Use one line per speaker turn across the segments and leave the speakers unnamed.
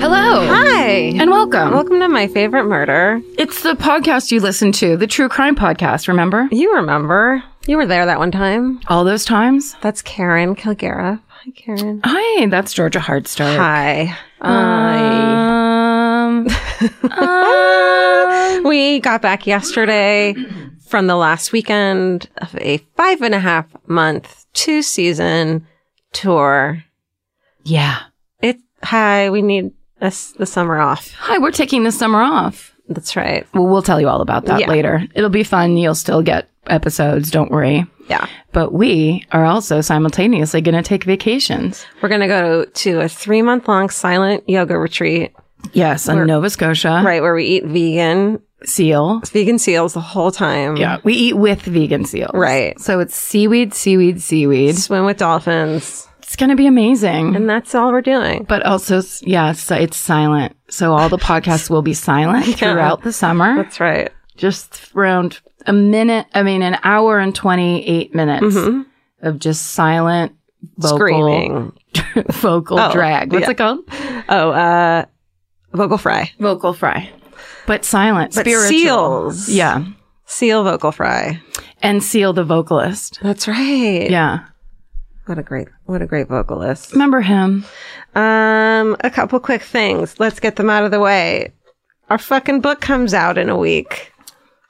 Hello.
Hi.
And welcome.
Welcome to my favorite murder.
It's the podcast you listen to, the true crime podcast, remember?
You remember. You were there that one time.
All those times?
That's Karen Kilgara. Hi, Karen.
Hi, that's Georgia Hardstark.
Hi. Hi.
Um, um,
Ah. we got back yesterday from the last weekend of a five and a half month, two season tour.
yeah.
It, hi, we need us the summer off.
Hi, we're taking the summer off.
That's right.
Well, we'll tell you all about that
Yeah.
later. It'll be fun. You'll still get episodes, don't worry.
Yeah.
But we are also simultaneously going to take vacations.
We're going to go to a three month long silent yoga retreat,
Yes, in Nova Scotia.
right? Where we eat vegan,
Seal.
vegan seals the whole time.
Yeah. We eat with vegan seals.
Right.
So it's seaweed, seaweed, seaweed.
Swim with dolphins.
It's going to be amazing.
And that's all we're doing.
But also, s- yeah, so it's silent. So all the podcasts will be silent throughout the summer.
That's right.
just around a minute, I mean, an hour and 28 minutes
Mhm.
of just silent vocal,
Screaming.
vocal
Oh,
drag. What's
yeah.
it called?
Oh, uh, vocal fry.
Vocal fry. But silent,
But
spiritual.
seals.
Yeah.
Seal vocal fry.
And Seal the vocalist.
That's right.
Yeah.
What a great, what a great vocalist.
Remember him?
Um, a couple quick things. Let's get them out of the way. Our fucking book comes out in a week.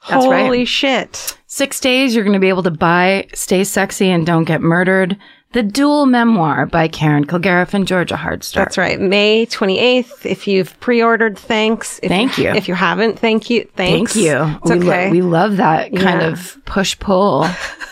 That's
Holy
right.
shit.
Six days, you're going to be able to buy Stay Sexy and Don't Get Murdered, the dual memoir by Karen Kilgariff and Georgia Hardstark.
That's right. May 28th. If you've pre-ordered, thanks. If
Thank you.
If you haven't, thank you. Thanks.
Thank you.
It's
we, lo-
okay.
we love that kind
Yeah.
of push pull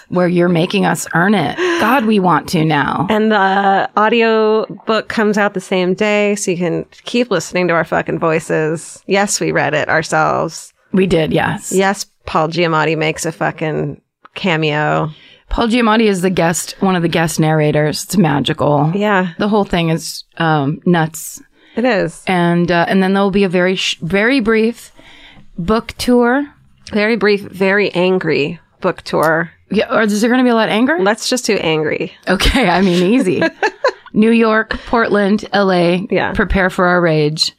where you're making us earn it. God, we want to now.
And the audio book comes out the same day, so you can keep listening to our fucking voices. Yes, we read it ourselves.
We did, yes.
Yes, Paul Giamatti makes a fucking cameo.
Paul Giamatti is the guest, one of the guest narrators. It's magical.
Yeah,
The whole thing is um, nuts.
it is.
And uh, and then there will be a very sh- very brief book tour.
Very brief, very angry book tour.
Yeah, or is there going to be a lot of anger?
Let's just do angry.
Okay, I mean easy. New York, Portland, L.A.
Yeah.
Prepare for our rage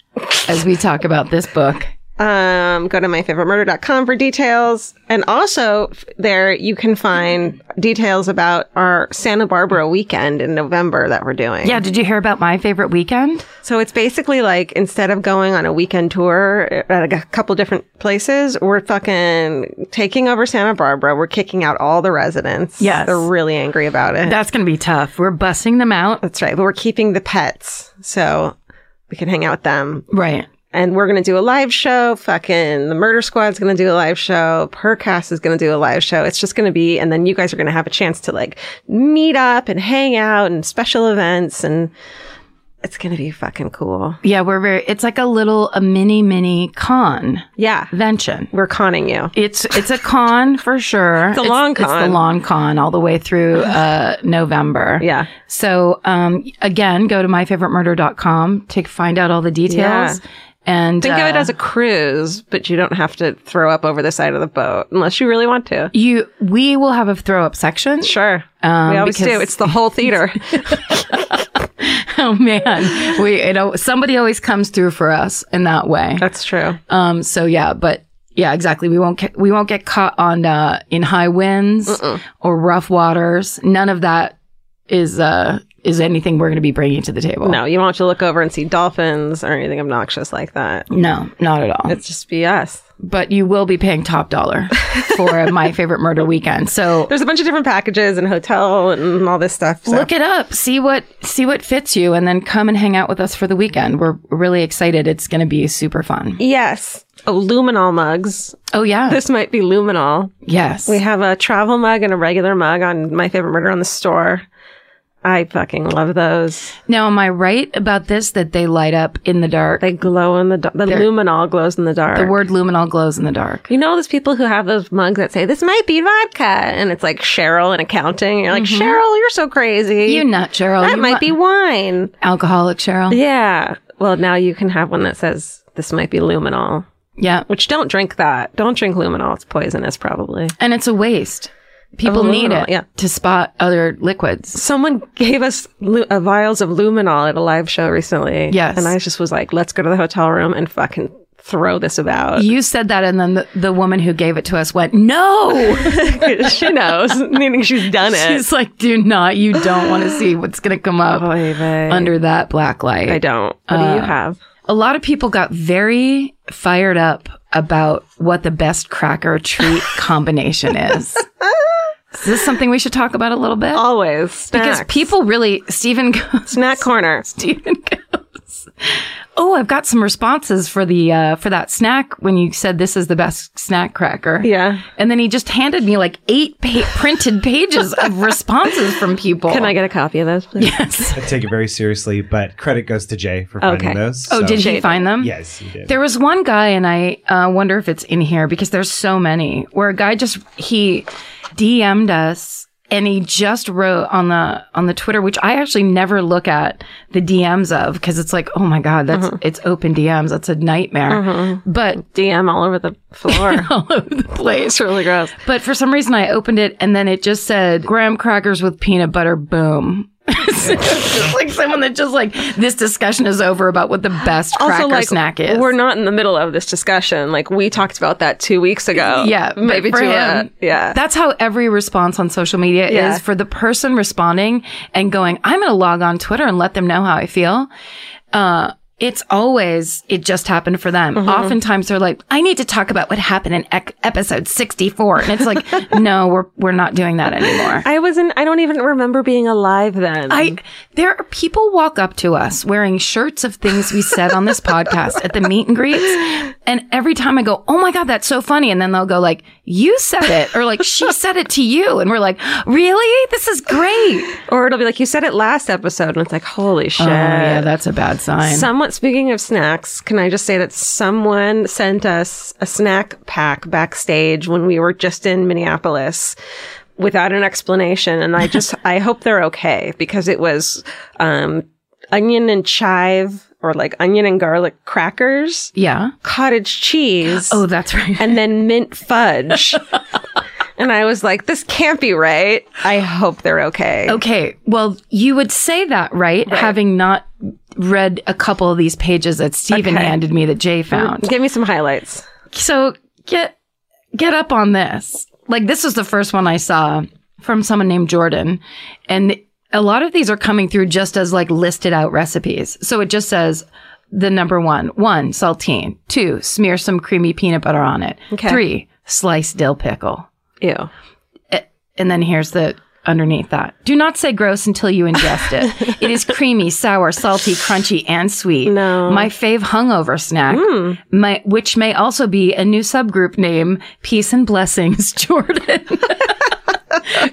as we talk about this book.
Um, go to myfavoritemurder.com for details. And also f- there you can find details about our Santa Barbara weekend in November that we're doing.
Yeah, did you hear about my favorite weekend?
So it's basically like instead of going on a weekend tour uh, at like a couple different places, we're fucking taking over Santa Barbara. We're kicking out all the residents.
Yes.
They're really angry about it.
That's going to be tough. We're bussing them out.
That's right. But we're keeping the pets. So we can hang out with them.
Right.
And we're going to do a live show. Fucking the Murder Squad's going to do a live show. Percast is going to do a live show. It's just going to be, and then you guys are going to have a chance to like meet up and hang out and special events. And it's going to be fucking cool.
Yeah, we're very, it's like a little, a mini, mini convention.
Yeah. We're conning you.
It's, it's a con for sure. It's
a long
It's the
con.
long con all the way through, uh, November.
Yeah.
So, um, again, go to myfavoritemurder.com to find out all the details. And
Think of it
uh,
as a cruise, but you don't have to throw up over the side of the boat unless you really want to.
you, we will have a throw up section.
Sure.
Um,
we always
because-
do. It's the whole theater.
Oh man. We, you know, somebody always comes through for us in that way.
That's true.
Um, so yeah, but yeah, exactly. We won't get, we won't get caught on uh, in high winds or rough waters. None of that is uh is anything we're going to be bringing to the table.
No, you won't have to look over and see dolphins or anything obnoxious like that.
no, not at all.
It's just be us.
but you will be paying top dollar for my favorite murder weekend. So
There's a bunch of different packages and hotel and all this stuff. So.
look it up, see what see what fits you, and then come and hang out with us for the weekend. We're really excited. It's going to be super fun.
yes. Oh, luminol mugs.
Oh yeah,
This might be luminol.
yes.
We have a travel mug and a regular mug on my favorite murder on the store. I fucking love those.
now, am I right about this? That they light up in the dark.
They glow in the dark. The luminol glows in the dark.
the word luminol glows in the dark.
you know those people who have those mugs that say this might be vodka, and it's like Cheryl in accounting. You're like Cheryl, you're so crazy.
You nut, Cheryl.
that
you
might
mu-
be wine.
alcoholic, Cheryl.
Yeah. Well, now you can have one that says this might be luminol.
yeah.
Which don't drink that. Don't drink luminol. It's poisonous, probably.
And it's a waste. People need
luminol,
it
yeah.
to spot other liquids.
Someone gave us lu- uh, vials of luminol at a live show recently.
Yes.
And I just was like, let's go to the hotel room and fucking throw this about.
You said that, and then the, the woman who gave it to us went, No!
she knows, meaning she's done it.
She's like, Do not. You don't want to see what's going to come up
Oy vey.
under that black light.
Oh, I don't. What do
Uh,
you have?
A lot of people got very fired up about what the best cracker treat combination is. Is this something we should talk about a little bit?
Always.
because
snacks.
people really, Stephen goes,
Snack corner.
Stephen goes, "Oh, I've got some responses for the uh, for that snack when you said this is the best snack cracker."
Yeah.
and then he just handed me like eight pa- printed pages of responses from people.
Can I get a copy of those, please?
Yes.
I take it very seriously, but credit goes to Jay for finding
Okay.
those.
Oh,
so-
did you find them?
Yes, he did.
There was one guy, and I uh, wonder if it's in here because there's so many. Where a guy just he DM'd us, and he just wrote on the on the Twitter, which I actually never look at the DMs of because it's like, oh my god, that's it's open DMs. That's a nightmare. But
DM all over the floor.
all over the place.
it's really gross.
But for some reason, I opened it, and then it just said graham crackers with peanut butter. Boom. so it's just like someone that just like this discussion is over about what the best cracker snack is.
We're not in the middle of this discussion. Like we talked about that two weeks ago.
Yeah, but
maybe
for
two. uh,
him,
yeah,
That's how every response on social media
Yeah.
is for the person responding and going, "I'm going to log on Twitter and let them know how I feel." Uh, it's always it just happened for
Mm-hmm.
them. Oftentimes they're like, "I need to talk about what happened in ec- episode 64," and it's like, "No, we're we're not doing that anymore."
I wasn't. I don't even remember being alive then.
I there are people walk up to us wearing shirts of things we said on this podcast at the meet and greets, and every time I go, "Oh my god, that's so funny," and then they'll go like, "You said it," or like, "She said it to you," and we're like, "Really? This is great."
or it'll be like you said it last episode, and it's like holy shit.
Oh, yeah, that's a bad sign.
Someone, speaking of snacks, can I just say that someone sent us a snack pack backstage when we were just in Minneapolis without an explanation. And I just, I hope they're okay because it was, um, onion and chive or like onion and garlic crackers,
yeah.
cottage cheese.
Oh, that's right.
and then mint fudge. and I was like, this can't be right. I hope they're okay.
Okay. Well, you would say that, right? Having not read a couple of these pages that Stephen
Okay.
handed me that Jay found.
Give me some highlights.
so get get up on this. Like this was the first one I saw from someone named Jordan, and a lot of these are coming through just as like listed out recipes. So it just says the number one: one saltine, two smear some creamy peanut butter on it,
Okay.
three slice dill pickle,
Ew.
and then here's the underneath that. Do not say gross until you ingest it. it is creamy, sour, salty, crunchy, and sweet.
No. Hmm.
My fave hungover snack, my, which may also be a new subgroup name, Peace and Blessings, Jordan.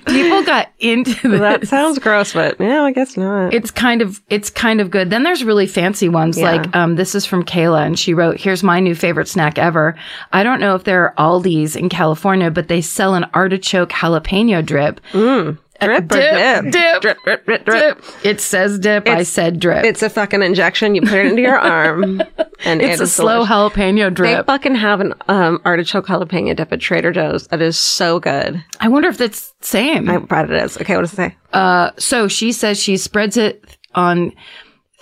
People got into this.
That sounds gross, but yeah, I guess not.
It's kind of it's kind of good. Then there's really fancy ones like um, this is from Kayla and she wrote, "Here's my new favorite snack ever. I don't know if there are Aldi's in California, but they sell an artichoke jalapeno drip.
drip, or
dip,
dip,
dip,
drip, drip, drip, drip.
Dip. It says dip. I said drip. It's,
It's a fucking injection. You put it into your arm, and it's uh,
a slow jalapeno
They
drip.
fucking have an um, artichoke jalapeno dip at Trader Joe's. That is so good.
I wonder if that's same.
I brought it as okay. What does it say?
so she says she spreads it on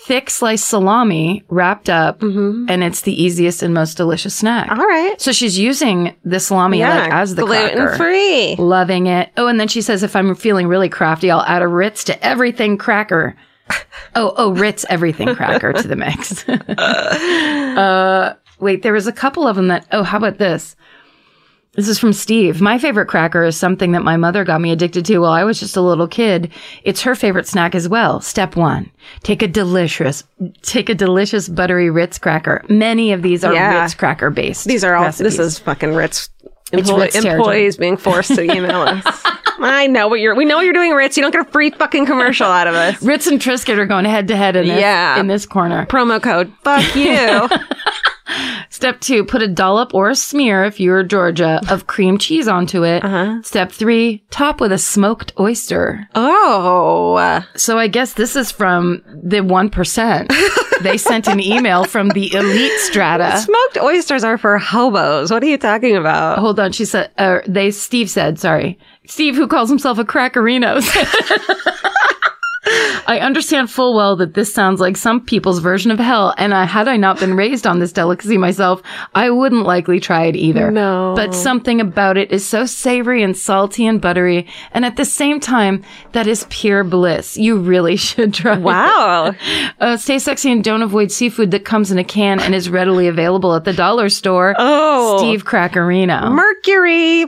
thick sliced salami wrapped up, and it's the easiest and most delicious snack.
Mm-hmm. All right.
So she's using the salami like, as the
gluten
cracker.
free.
Loving it. Oh, and then she says, if I'm feeling really crafty, I'll add a Ritz to everything cracker. Oh, oh, Ritz everything cracker to the mix. uh, Wait, there was a couple of them that, oh, how about this? This is from Steve. My favorite cracker is something that my mother got me addicted to while I was just a little kid. It's her favorite snack as well. Step one, take a delicious, take a delicious buttery Ritz cracker. Many of these are
Yeah.
Ritz cracker based.
These are all.
recipes.
This is fucking Ritz.
It's
employ-
Ritz territory.
employees being forced to email us. I know what you're. We know what you're doing, Ritz. You don't get a free fucking commercial out of us.
Ritz and Triscuit are going head to head in this,
Yeah.
in this corner.
Promo code. Fuck you.
Step two, put a dollop or a smear, if you're Georgia, of cream cheese onto it. Step three, top with a smoked oyster.
oh, uh,
So I guess this is from the 1%. they sent an email from the elite strata.
smoked oysters are for hobos. What are you talking about?
Hold on, she said, uh, they, Steve said, sorry. Steve, who calls himself a crackerino. said, I understand full well that this sounds like some people's version of hell, and I, had I not been raised on this delicacy myself, I wouldn't likely try it either.
No.
But something about it is so savory and salty and buttery, and at the same time, that is pure bliss. You really should try it.
Wow.
Uh, stay sexy and don't avoid seafood that comes in a can and is readily available at the dollar store.
Oh.
Steve Crackerino.
Mercury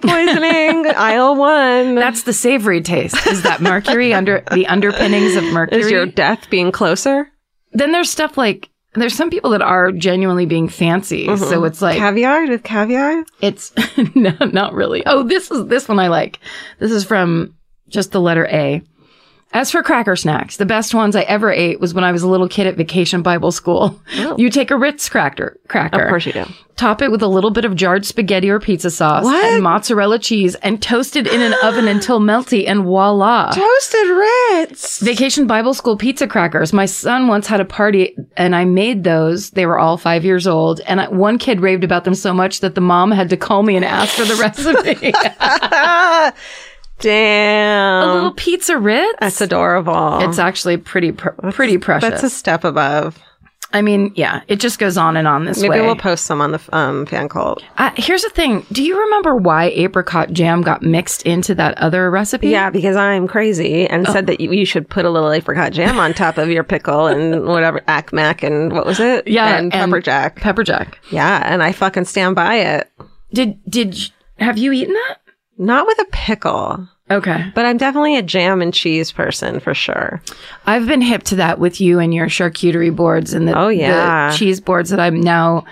poisoning, aisle one.
That's the savory taste. Is that mercury under the underpinnings of mercury?
is your death being closer?
then there's stuff like there's some people that are genuinely being fancy.
Mm-hmm.
So it's like
Caviar with caviar?
it's no, not really. Oh, this is this one I like. This is from just the letter A. As for cracker snacks, the best ones I ever ate was when I was a little kid at vacation Bible school. You take a Ritz cracker, cracker,
Oh. Of course you do.
top it with a little bit of jarred spaghetti or pizza sauce
What?
and mozzarella cheese, and toast it in an oven until melty, and voila!
Toasted Ritz.
Vacation Bible School pizza crackers. My son once had a party and I made those. They were all five years old. And I, one kid raved about them so much that the mom had to call me and ask for the recipe.
Ah. Damn.
a little pizza Ritz.
Um, That's adorable.
Oh, it's actually pretty, pr- pretty precious.
That's a step above.
I mean, yeah, it just goes on and on this
Maybe
way.
we'll post some on the um, fan cult.
uh, here's the thing. Do you remember why apricot jam got mixed into that other recipe?
Yeah, because I'm crazy and said that you, you should put a little apricot jam on top of your pickle and whatever, Mac and what was it?
Yeah.
And, pepper jack.
Pepper jack.
yeah, and I fucking stand by it.
Did, did, y- have you eaten that?
Not with a pickle,
Okay.
but I'm definitely a jam and cheese person for sure.
I've been hip to that with you and your charcuterie boards and the,
Oh, yeah.
the cheese boards that I'm now.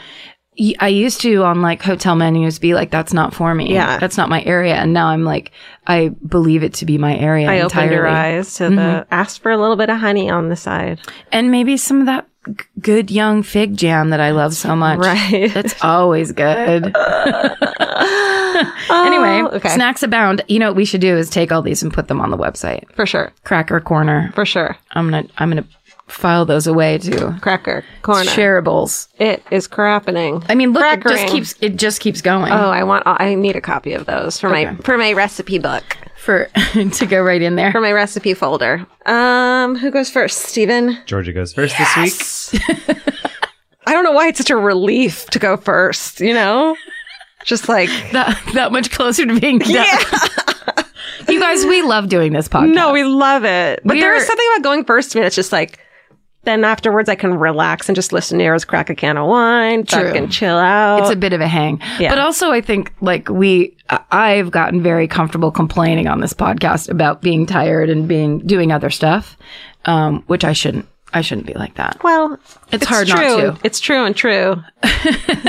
y- I used to on like hotel menus be like, that's not for me.
Yeah.
That's not my area. And now I'm like, I believe it to be my area
I
entirely.
opened your eyes to the ask for a little bit of honey on the side.
And maybe some of that g- good young fig jam that I love so much.
Right. Oh,
That's always good. anyway,
okay.
snacks abound. You know what we should do is take all these and put them on the website.
For sure.
Cracker Corner.
For sure.
I'm gonna I'm gonna file those away too.
Cracker. Corner.
Shareables.
It is crappening.
I mean, look, it
Crackering.
just keeps it just keeps going
Oh, I want. I need a copy of those for my for my recipe book
for to go right in there.
for my recipe folder. Um, who goes first, Steven?
Georgia goes first this week.
I don't know why it's such a relief to go first. You know, just like
That that much closer to being done. you guys, we love doing this podcast.
no, we love it. But there
We're-
is something about going first to me that's just like. Then afterwards, I can relax and just listen to Eros crack a can of wine,
True.
fucking chill out.
it's a bit of a hang.
Yeah.
But also, I think like we, I- I've gotten very comfortable complaining on this podcast about being tired and being doing other stuff, um, which I shouldn't. I shouldn't be like that.
well,
It's hard not
true.
to.
It's true and true.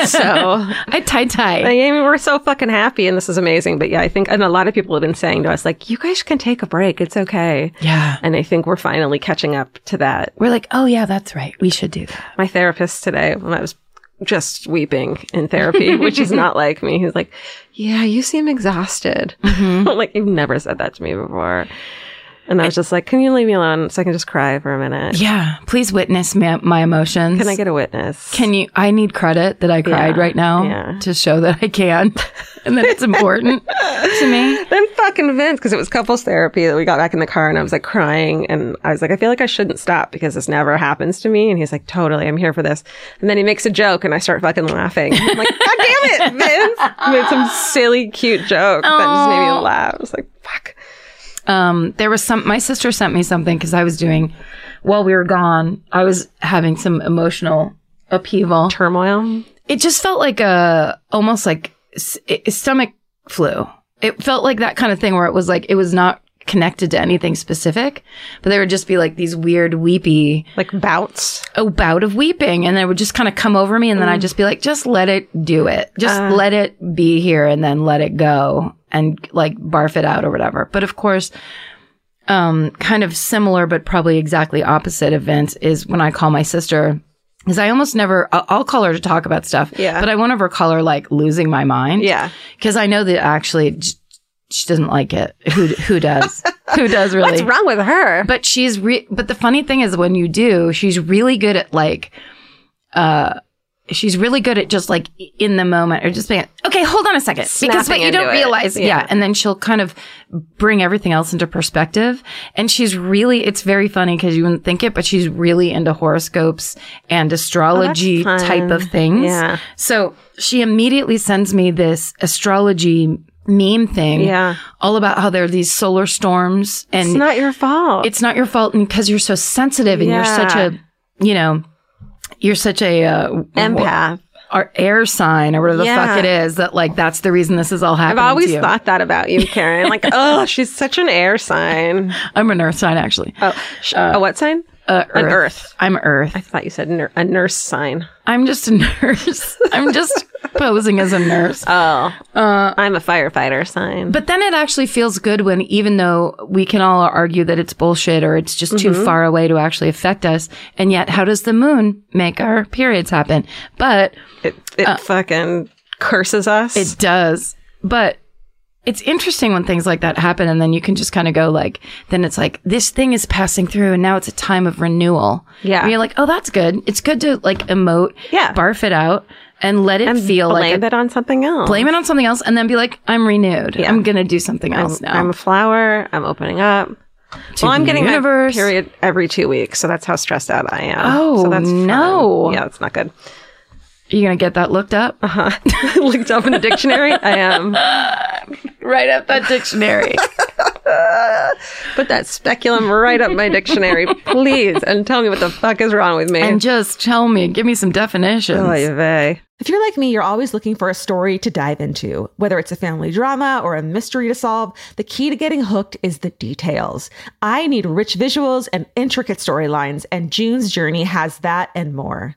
so
I tie
I
tie.
mean, we're so fucking happy and this is amazing. But yeah, I think, and a lot of people have been saying to us, like, you guys can take a break. It's okay.
Yeah.
And I think we're finally catching up to that.
We're like, oh yeah, that's right. We should do that.
My therapist today, when I was just weeping in therapy, which is not like me, he's like, yeah, you seem exhausted. I'm like, you've never said that to me before. And I was just like, can you leave me alone so I can just cry for a minute?
Yeah. Please witness my, my emotions.
Can I get a witness?
Can you? I need credit that I cried
Yeah,
right now
yeah.
to show that I can and that it's important to me.
Then fucking Vince, because it was couples therapy that we got back in the car and I was like crying and I was like, I feel like I shouldn't stop because this never happens to me. And he's like, totally, I'm here for this. And then he makes a joke and I start fucking laughing. I'm like, God damn it, Vince! He made some silly, cute joke that just made me laugh. I was like, fuck.
Um, there was some. My sister sent me something because I was doing while we were gone. I was having some emotional upheaval,
Turmoil.
it just felt like a almost like s- i- stomach flu. It felt like that kind of thing where it was like it was not connected to anything specific, but there would just be like these weird weepy
Like bouts.
a bout of weeping, and it would just kind of come over me, and
Mm.
then I'd just be like, just let it do it, just
Ah.
let it be here, and then let it go, and like barf it out or whatever. But of course. Um, kind of similar, but probably exactly opposite event is when I call my sister because I almost never, I'll, I'll call her to talk about stuff.
Yeah.
But I won't ever call her like losing my mind.
Yeah.
Because I know that actually j- she doesn't like it. Who, who does? who does really?
What's wrong with her?
But she's re- but the funny thing is when you do, she's really good at like uh she's really good at just like in the moment or just being okay, hold on a second. because
Snapping
but you
into
don't
it.
realize yeah.
Yeah.
and then she'll kind of bring everything else into perspective. And she's really it's very funny cuz you wouldn't think it, but she's really into horoscopes and astrology
Oh, fun.
type of things.
Yeah.
So she immediately sends me this astrology meme thing
Yeah.
all about how there are these solar storms and
it's not your fault.
it's not your fault and because you're so sensitive and you're such
Yeah.
a you know you're such a uh,
empath.
or air sign or whatever the
Yeah.
fuck it is that like that's the reason this is all
I've
happening
always
to you.
thought that about you, Karen. Like, oh, she's such an air sign.
I'm an earth sign actually.
Oh, sh- a what sign?
Uh,
An
Earth.
earth.
I'm earth.
I thought you said ner- a nurse sign.
I'm just a nurse. I'm just posing as a nurse.
Oh, I'm a firefighter sign.
But then it actually feels good when, even though we can all argue that it's bullshit or it's just
Mm-hmm.
too far away to actually affect us, and yet, how does the moon make our periods happen? But
it it fucking curses us.
uh, It does. But it's interesting when things like that happen and then you can just kind of go like then it's like this thing is passing through and now it's a time of renewal.
Yeah.
And you're like, "Oh, that's good. It's good to like emote,
Yeah.
barf it out and let it feel
blame
like a-
it on something else.
blame it on something else and then be like, "I'm renewed. I'm going to do something else now."
I'm a flower. I'm opening up. well, I'm
the
getting
universe.
my period every two weeks, so that's how stressed out I am.
Oh,
so that's fun.
no.
Yeah, that's not good.
You're going to get that looked up
Looked up in a dictionary. I am.
right up that dictionary.
Put that speculum right up my dictionary, please, and tell me what the fuck is wrong with me.
and just tell me, give me some definitions.
Oy vey.
If you're like me, you're always looking for a story to dive into. Whether it's a family drama or a mystery to solve, the key to getting hooked is the details. I need rich visuals and intricate storylines, and June's Journey has that and more.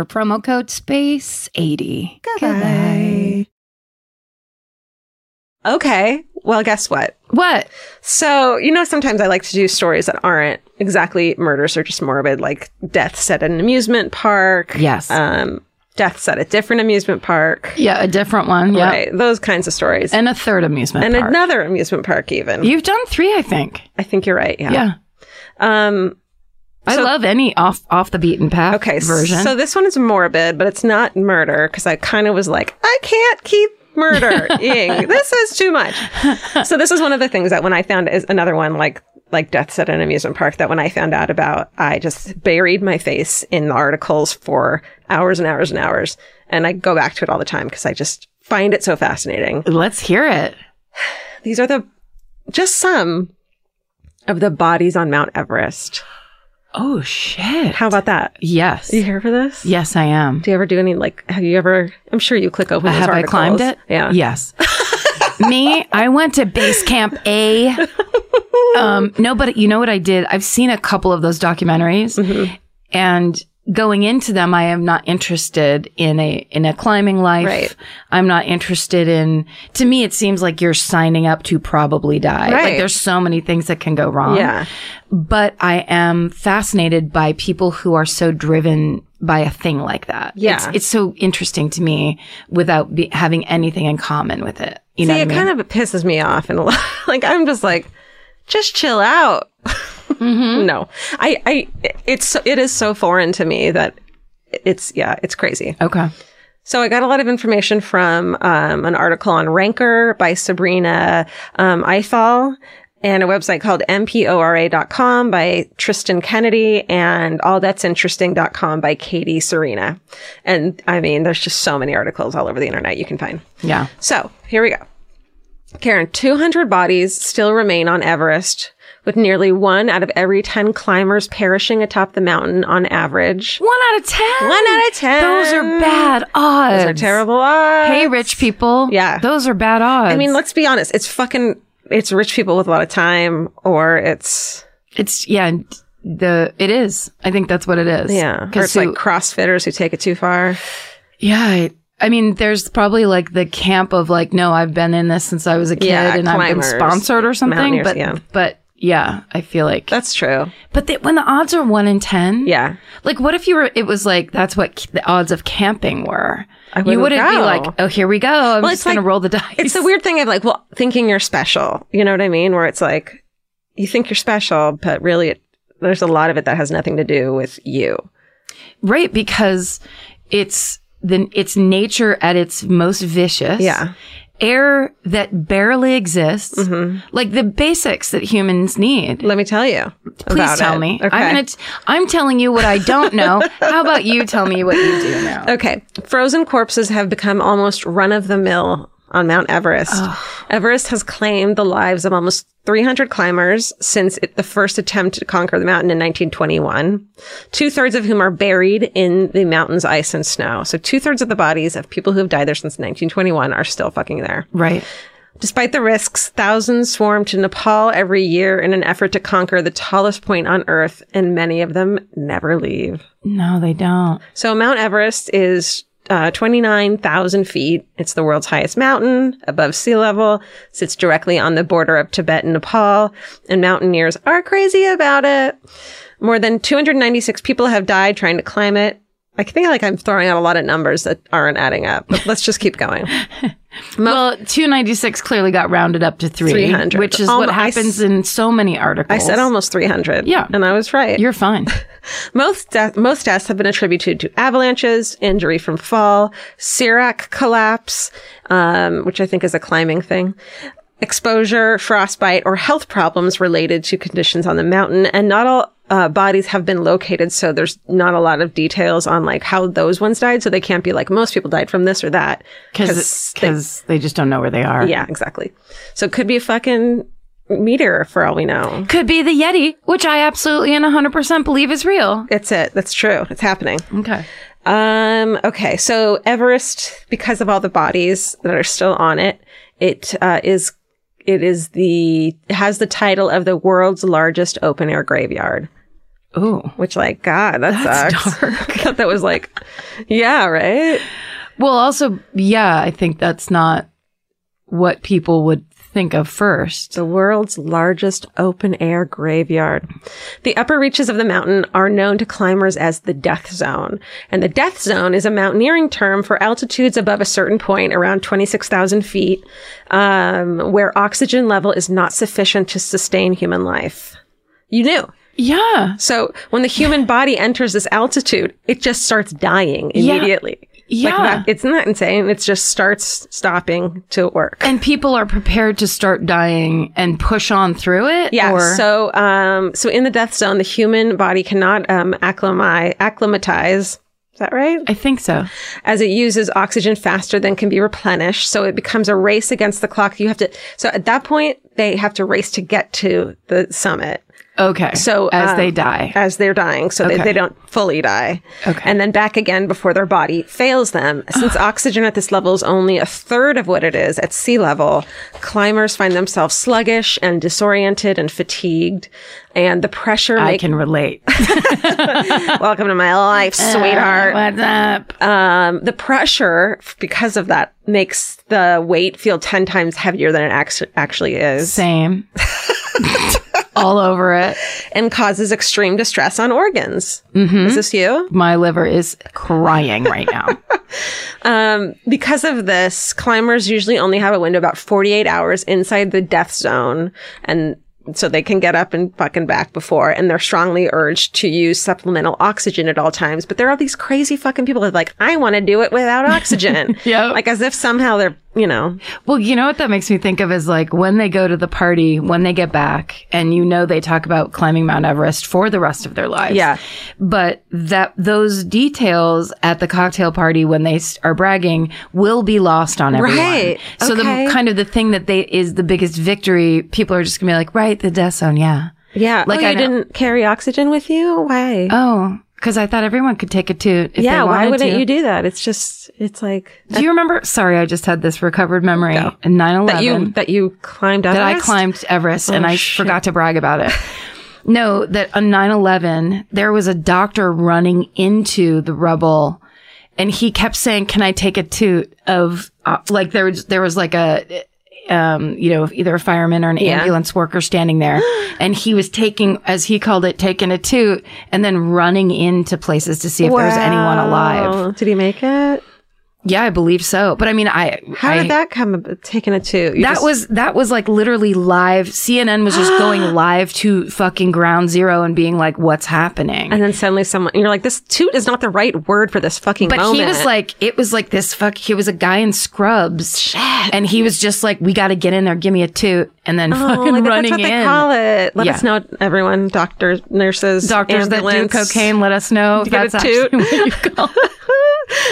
promo code SPACE80.
Goodbye.
Okay. Well, guess what?
What?
So, you know, sometimes I like to do stories that aren't exactly murders or just morbid, like deaths at an amusement park.
Yes.
Um, deaths at a different amusement park.
Yeah, a different one. Yeah.
Right. Those kinds of stories.
And a third amusement
And
park.
another amusement park, even.
You've done three, I think.
I think you're right. Yeah.
Yeah.
Um,
I
So-
love any off off the beaten path
okay. s-
version.
So this one is morbid, but it's not murder because I kind of was like, I can't keep murder. Ing. This is too much. So this is one of the things that when I found is another one like like deaths at an amusement park that when I found out about, I just buried my face in the articles for hours and hours and hours. And I go back to it all the time because I just find it so fascinating.
Let's hear it.
These are the just some of the bodies on Mount Everest.
Oh shit.
How about that?
Yes.
You here for this?
Yes, I am.
Do you ever do any like? Have you ever? I'm sure you click open.
Uh,
those
Have I
articles.
climbed it?
Yeah.
Yes. Me, I went to base camp A. Um, no, but you know what I did? I've seen a couple of those documentaries,
Mm-hmm.
and going into them, I am not interested in a in a climbing life.
Right.
I'm not interested in. To me, it seems like you're signing up to probably die.
Right.
Like there's so many things that can go wrong.
Yeah.
but I am fascinated by people who are so driven by a thing like that.
Yeah.
It's, it's so interesting to me without be, having anything in common with it. You know
See,
what
it
I mean?
kind of pisses me off, and like I'm just like, just chill out.
Mm-hmm.
No, I, I, it's so- it is so foreign to me that it's yeah, it's crazy.
okay.
So I got a lot of information from um, an article on Ranker by Sabrina um, Ithal and a website called mpora.com by Tristan Kennedy and allthat'sinteresting.com by Katie Serena. And I mean, there's just so many articles all over the internet you can find.
Yeah.
So here we go. Karen, 200 bodies still remain on Everest, with nearly one out of every 10 climbers perishing atop the mountain on average.
One out of 10.
One out of 10.
Those are bad odds.
Those are terrible odds.
Hey, rich people.
Yeah.
Those are bad odds.
I mean, let's be honest. It's fucking. It's rich people with a lot of time, or it's
it's, yeah, and the, it is. I think that's what it is.
yeah, or
'Cause
it's like
who-
CrossFitters who take it too far.
Yeah. I, I mean, there's probably like the camp of like, no, I've been in this since I was a kid
Yeah,
and I've been
climbers,
sponsored or something.
mountaineers,
But,
yeah.
but yeah, I feel like
That's true.
But the, when the odds are one in ten,
Yeah,
Like, what if you were? It was like that's what c- the odds of camping were. you
wouldn't
wouldn't be
go.
like, oh, here we go. I'm
Well,
just
it's
gonna
like-
roll the dice.
it's the weird thing of like, well, thinking you're special. You know what I mean? Where it's like, you think you're special, but really, it, there's a lot of it that has nothing to do with you.
right? Because it's the it's nature at its most vicious.
Yeah.
air that barely exists,
Mm-hmm.
like the basics that humans need.
Let me tell you.
Please
about
tell
it.
me.
Okay.
I'm gonna. T- I'm telling you what I don't know. How about you tell me what you do know?
Okay. Frozen corpses have become almost run of the mill on Mount Everest. Everest has claimed the lives of almost 300 climbers since it, the first attempt to conquer the mountain in 1921, two thirds of whom are buried in the mountain's ice and snow. So, two thirds of the bodies of people who have died there since 1921 are still fucking there.
Right.
Despite the risks, thousands swarm to Nepal every year in an effort to conquer the tallest point on Earth, and many of them never leave.
No, they don't.
So Mount Everest is uh, 29,000 feet. It's the world's highest mountain above sea level, sits directly on the border of Tibet and Nepal, and mountaineers are crazy about it. More than 296 people have died trying to climb it. I think like I'm throwing out a lot of numbers that aren't adding up, but let's just keep going.
Well, 296 clearly got rounded up to three, Um,
300.
which is
Almo-
what
I s-
happens in so many articles.
I said almost 300.
Yeah.
And I was right.
You're fine.
Most death, most deaths have been attributed to avalanches, injury from fall, Sirac collapse, um, which I think is a climbing thing, exposure, frostbite, or health problems related to conditions on the mountain. And not all uh, bodies have been located, so there's not a lot of details on like how those ones died. So they can't be like most people died from this or that
because
they-
because they just don't know where they are.
yeah, exactly. So it could be a fucking meteor for all we know.
Could be the Yeti, which I absolutely and 100% believe is real.
It's it. That's true. It's happening.
Okay.
Um, okay. So Everest, because of all the bodies that are still on it, it uh, is it is the it has the title of the world's largest open air graveyard.
Ooh.
Which, like, God, that sucks. I thought that was like, yeah, right.
Well, also, yeah, I think that's not what people would think of first.
The world's largest open air graveyard. The upper reaches of the mountain are known to climbers as the death zone. And the death zone is a mountaineering term for altitudes above a certain point, around 26,000 feet, um, where oxygen level is not sufficient to sustain human life. You knew.
Yeah.
So when the human body enters this altitude, it just starts dying
Yeah.
immediately.
Yeah.
Like that, it's not insane. It just starts stopping to work.
and people are prepared to start dying and push on through it.
Yeah.
Or,
So, um, so in the death zone, the human body cannot um, acclimatize, acclimatize. Is that right?
I think so.
As it uses oxygen faster than can be replenished, so it becomes a race against the clock. You have to. So at that point, they have to race to get to the summit
Okay.
So,
as
um,
they die.
as they're dying, so
Okay.
that they don't fully die.
Okay.
And then back again before their body fails them. Since oxygen at this level is only a third of what it is at sea level, climbers find themselves sluggish and disoriented and fatigued. And the pressure
I
makes
can relate.
welcome to my life,
Uh.
sweetheart.
What's up?
Um, the pressure f- because of that makes the weight feel 10 times heavier than it act- actually is
Same. All over it.
and causes extreme distress on organs. Mm-hmm. Is this you?
My liver is crying right now.
Um, because of this, climbers usually only have a window about 48 hours inside the death zone. And so they can get up and fucking back before. And they're strongly urged to use supplemental oxygen at all times. But there are these crazy fucking people that are like, I want to do it without oxygen.
Yep.
Like as if somehow they're, you know,
Well, you know what that makes me think of is like when they go to the party, when they get back, and you know they talk about climbing Mount Everest for the rest of their lives.
Yeah.
But that those details at the cocktail party when they s- are bragging will be lost on everyone.
Right.
So
Okay.
the kind of the thing that they is the biggest victory, people are just gonna be like, right, the death zone, yeah.
yeah.
Like
oh, you
I know-
didn't carry oxygen with you? Why?
Oh, because I thought everyone could take a toot. If
yeah.
they
Why
wanted
wouldn't
to.
you do that? It's just, it's like
Do you remember? Sorry, I just had this recovered memory. In 9/11,
that you, that you climbed up.
that I climbed Everest
Oh,
and I forgot to brag about it. No, that on 9 11, there was a doctor running into the rubble and he kept saying, Can I take a toot of, uh, like, there was, there was like a, um, you know, either a fireman or an ambulance worker standing there. And he was taking, as he called it, taking a toot and then running into places to see if there was anyone alive.
Oh, Did he make it?
Yeah, I believe so. But I mean, I,
How
I,
did that come? ab- Taking a two. You
that
just-
was that was like literally live. CNN was just going live to fucking ground zero and being like, "What's happening?"
And then suddenly someone, you're like, this toot is not the right word for this fucking
but
moment.
he was like, it was like this fuck. He was a guy in scrubs, and he was just like, "We got to get in there, give me a toot," and then
Oh,
fucking
like,
running
that's what
in.
they call it. Let
Yeah.
us know, everyone. Doctors, nurses,
Doctors
ambulance.
that do cocaine, let us know. if
get a
That's
toot?
actually what you call it.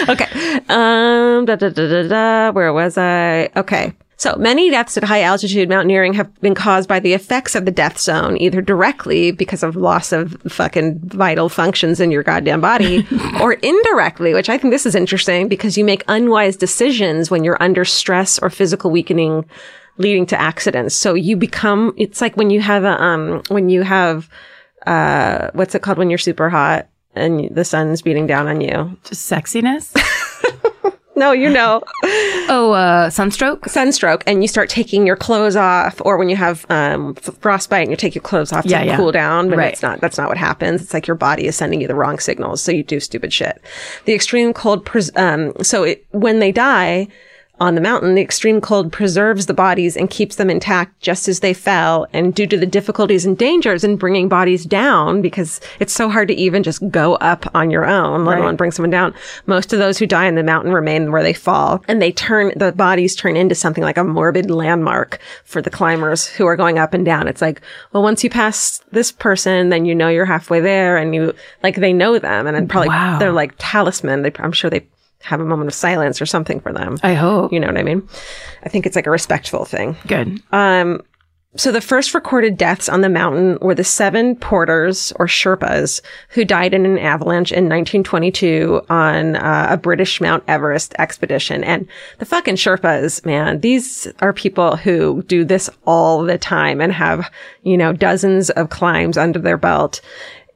okay. Um, da, da, da, da, da. Where was I? Okay. So many deaths at high altitude mountaineering have been caused by the effects of the death zone, either directly because of loss of fucking vital functions in your goddamn body, or indirectly, which I think this is interesting because you make unwise decisions when you're under stress or physical weakening leading to accidents. So you become, it's like when you have a, um, when you have, uh, what's it called when you're super hot and the sun's beating down on you?
Just sexiness.
No, you know,
Oh, uh, sunstroke.
sunstroke, and you start taking your clothes off, or when you have um, f- frostbite and you take your clothes off to
Yeah, yeah.
cool down, but
Right.
it's not. That's not what happens. It's like your body is sending you the wrong signals, so you do stupid shit. The extreme cold. Pres- um, so it, when they die. on the mountain, the extreme cold preserves the bodies and keeps them intact just as they fell. And due to the difficulties and dangers in bringing bodies down, because it's so hard to even just go up on your own, let alone bring someone down, most of those who die in the mountain remain where they fall. And they turn, the bodies turn into something like a morbid landmark for the climbers who are going up and down. It's like, well, once you pass this person, then you know you're halfway there and you, like, they know them. And then probably they're like talisman. They, I'm sure they, have a moment of silence or something for them.
I hope.
You know what I mean? I think it's like a respectful thing.
Good.
Um, so the first recorded deaths on the mountain were the seven porters or Sherpas who died in an avalanche in 1922 on uh, a British Mount Everest expedition. And the fucking Sherpas, man, these are people who do this all the time and have, you know, dozens of climbs under their belt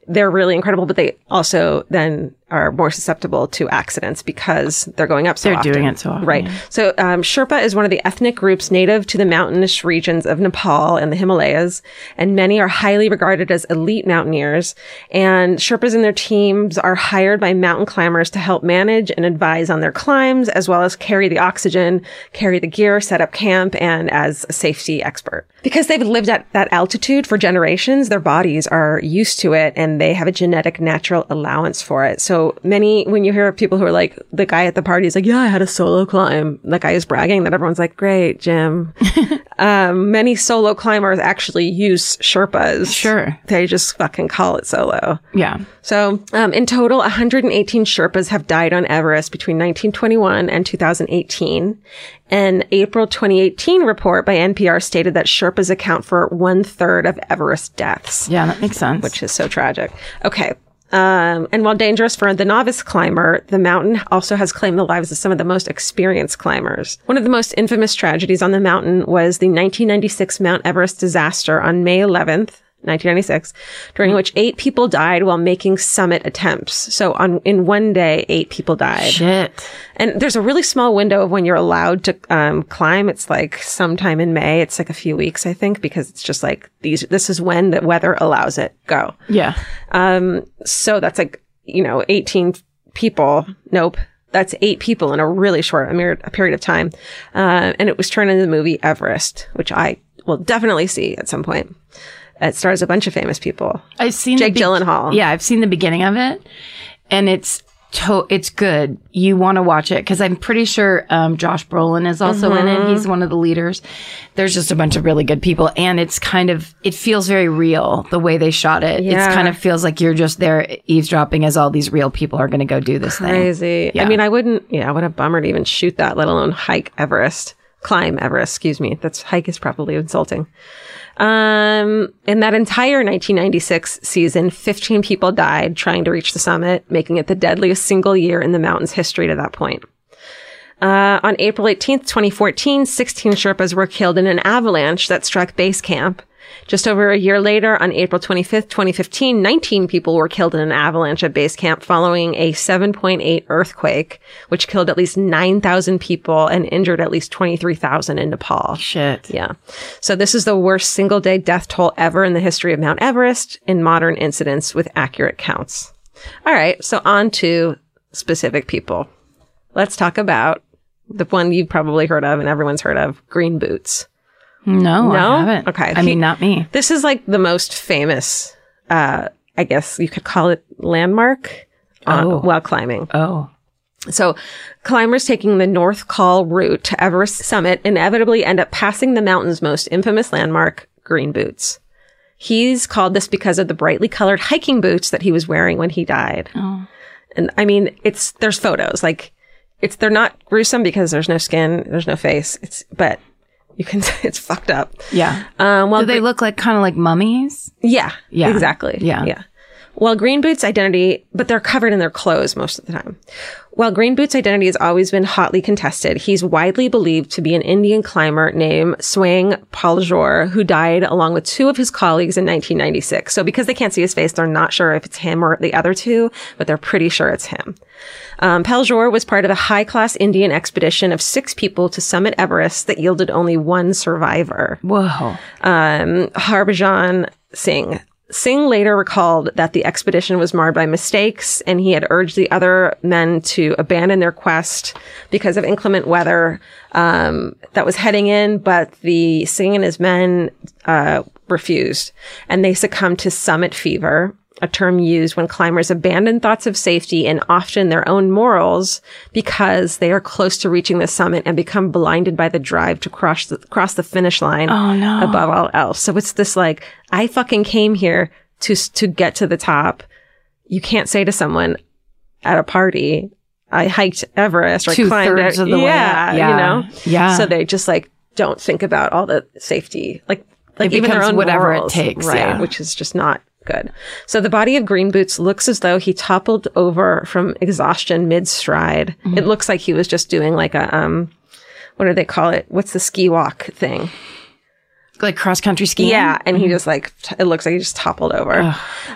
they're really incredible, but they also then are more susceptible to accidents because they're going up so
They're
often.
doing it so often,
Right.
yeah.
So um, Sherpa is one of the ethnic groups native to the mountainous regions of Nepal and the Himalayas, and many are highly regarded as elite mountaineers. And Sherpas and their teams are hired by mountain climbers to help manage and advise on their climbs, as well as carry the oxygen, carry the gear, set up camp, and as a safety expert. Because they've lived at that altitude for generations, their bodies are used to it and they have a genetic natural allowance for it. So many, when you hear people who are like, the guy at the party is like, yeah, I had a solo climb. That guy is bragging that everyone's like, great, Jim. um, many solo climbers actually use Sherpas.
Sure.
They just fucking call it solo.
Yeah.
So, um, in total, 118 Sherpas have died on Everest between 1921 and 2018. An April 2018 report by NPR stated that Sherpas account for one third of Everest deaths
Yeah, that makes sense.
which is so tragic. Okay. Um, and while dangerous for the novice climber, the mountain also has claimed the lives of some of the most experienced climbers. One of the most infamous tragedies on the mountain was the 1996 Mount Everest disaster on May 11th. 1996, during which eight people died while making summit attempts. So on in one day, eight people died.
Shit.
And there's a really small window of when you're allowed to um, climb. It's like sometime in May. It's like a few weeks, I think, because it's just like these. This is when the weather allows it. Go.
Yeah.
Um, so that's like you know, 18 people. Nope. That's eight people in a really short a mere, a period of time. Uh, and it was turned into the movie Everest, which I will definitely see at some point. It stars a bunch of famous people.
I've seen
Jake Gyllenhaal.
Yeah, I've seen the beginning of it, and it's to- it's good. You want to watch it because I'm pretty sure um, Josh Brolin is also in
Mm-hmm.
it. He's one of the leaders. There's just a bunch of really good people, and it's kind of it feels very real the way they shot it.
Yeah.
It kind of feels like you're just there eavesdropping as all these real people are going to go do this thing.
Crazy. I mean, I wouldn't, yeah, what a bummer to even shoot that, let alone hike Everest, climb Everest, excuse me. That's hike is probably insulting. Um, in that entire 1996 season, 15 people died trying to reach the summit, making it the deadliest single year in the mountain's history to that point. Uh, on April 18th, 2014, 16 Sherpas were killed in an avalanche that struck base camp. Just over a year later, on April 25th, 2015, 19 people were killed in an avalanche at base camp following a 7.8 earthquake, which killed at least 9,000 people and injured at least 23,000 in Nepal.
Shit.
Yeah. So this is the worst single day death toll ever in the history of Mount Everest in modern incidents with accurate counts. All right. So on to specific people. Let's talk about the one you've probably heard of and everyone's heard of green boots.
No,
No?
Oh, I haven't.
Okay.
I
He-
mean, not me.
This is like the most famous, uh, I guess you could call it landmark uh,
Oh.
while climbing.
Oh,
So, climbers taking the North Col route to Everest summit inevitably end up passing the mountain's most infamous landmark, Green Boots. He's called this because of the brightly colored hiking boots that he was wearing when he died.
Oh.
And I mean, it's there's photos like it's they're not gruesome because there's no skin, there's no face. It's but you can it's fucked up.
yeah.
Um, well,
Do they look like kind of like mummies?
yeah.
Yeah.
Exactly.
Yeah.
Yeah. Well, Green Boots' identity, but they're covered in their clothes most of the time. While Green Boots' identity has always been hotly contested, he's widely believed to be an Indian climber named Swang Paljor, who died along with two of his colleagues in 1996. So because they can't see his face, they're not sure if it's him or the other two, but they're pretty sure it's him. Um, Paljor was part of a high class Indian expedition of six people to summit Everest that yielded only one survivor
Whoa.
um, Harbhajan Singh. Singh later recalled that the expedition was marred by mistakes, and he had urged the other men to abandon their quest because of inclement weather um, that was heading in. But the Singh and his men uh, refused, and they succumbed to summit fever, a term used when climbers abandon thoughts of safety and often their own morals because they are close to reaching the summit and become blinded by the drive to cross the, cross the finish line
Oh.
above all else. So it's this like, I fucking came here to, s- to get to the top. You can't say to someone at a party, I hiked Everest or
Two
climbed
thirds
E-"
of the way
yeah,
up.
you
Yeah.
know?
Yeah.
So they just like don't think about all the safety, like, like
It
even their
becomes
own
whatever it
morals,
takes,
right?
yeah.
Which is just not good. So the body of Green Boots looks as though he toppled over from exhaustion mid stride.
Mm-hmm.
It looks like he was just doing like a um, what do they call it? What's the ski walk thing?
Like cross country skiing.
Yeah, and he just like t- it looks like he just toppled over.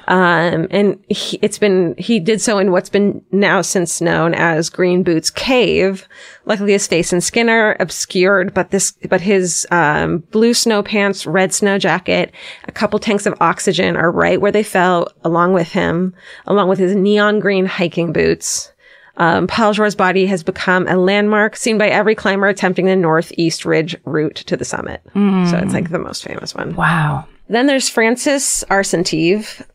Um, and he, it's been he did so in what's been now since known as Green Boots Cave. Luckily, his face and skin are obscured, but this but his um, blue snow pants, red snow jacket, a couple tanks of oxygen are right where they fell, along with him, along with his neon green hiking boots. Um, Paul Joure's body has become a landmark seen by every climber attempting the northeast ridge route to the summit. So it's like the most famous one.
Wow.
Then there's Frances Arsentive.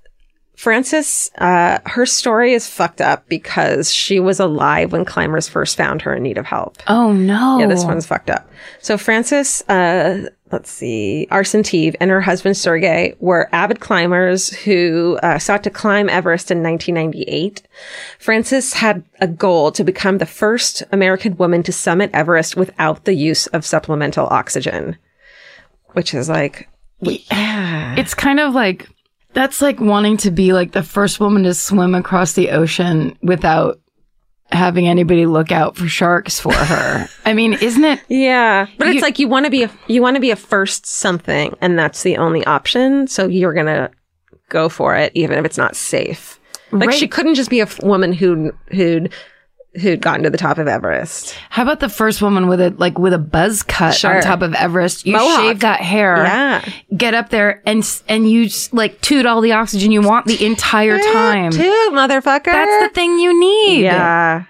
Frances, uh, her story is fucked up because she was alive when climbers first found her in need of help.
Oh no.
Yeah, this one's fucked up. So Frances, uh, let's see, Arsentive and her husband Sergey were avid climbers who uh, sought to climb Everest in 1998. Frances had a goal to become the first American woman to summit Everest without the use of supplemental oxygen, which is like,
It's kind of like that's like wanting to be like the first woman to swim across the ocean without having anybody look out for sharks for her. I mean, isn't it?
Yeah, but
You-
it's like you want to be a you want to be a first something, and that's the only option. So you're gonna go for it, even if it's not safe. Like she
Right.
couldn't just be a f- woman who who'd who'd gotten to the top of Everest.
How about the first woman with a like with a buzz cut
Sure.
on top of Everest? You
Mohawk.
shave that hair,
Yeah.
get up there and s- and you s- like toot all the oxygen you want the entire time.
too, motherfucker.
That's the thing you need.
yeah.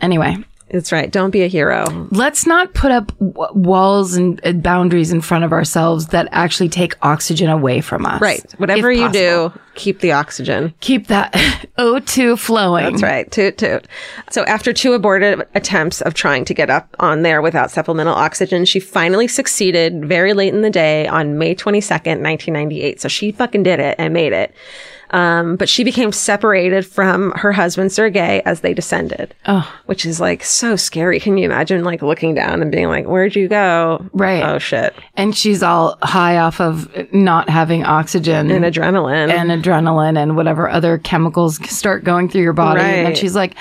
Anyway,
It's right. Don't be a hero.
let's not put up w- walls and, and boundaries in front of ourselves that actually take oxygen away from us.
Right. Whatever
If
you
possible.
do, keep the oxygen.
keep that O2 flowing.
That's right. Toot toot. So after two aborted attempts of trying to get up on there without supplemental oxygen, she finally succeeded very late in the day on May 22nd, 1998. So she fucking did it and made it. Um, but she became separated from her husband Sergey as they descended, oh. which is like so scary. Can you imagine like looking down and being like, "Where'd you go?"
Right.
Oh shit.
And she's all high off of not having oxygen
And adrenaline.
and adrenaline and whatever other chemicals start going through your body. And then
Right.
she's like,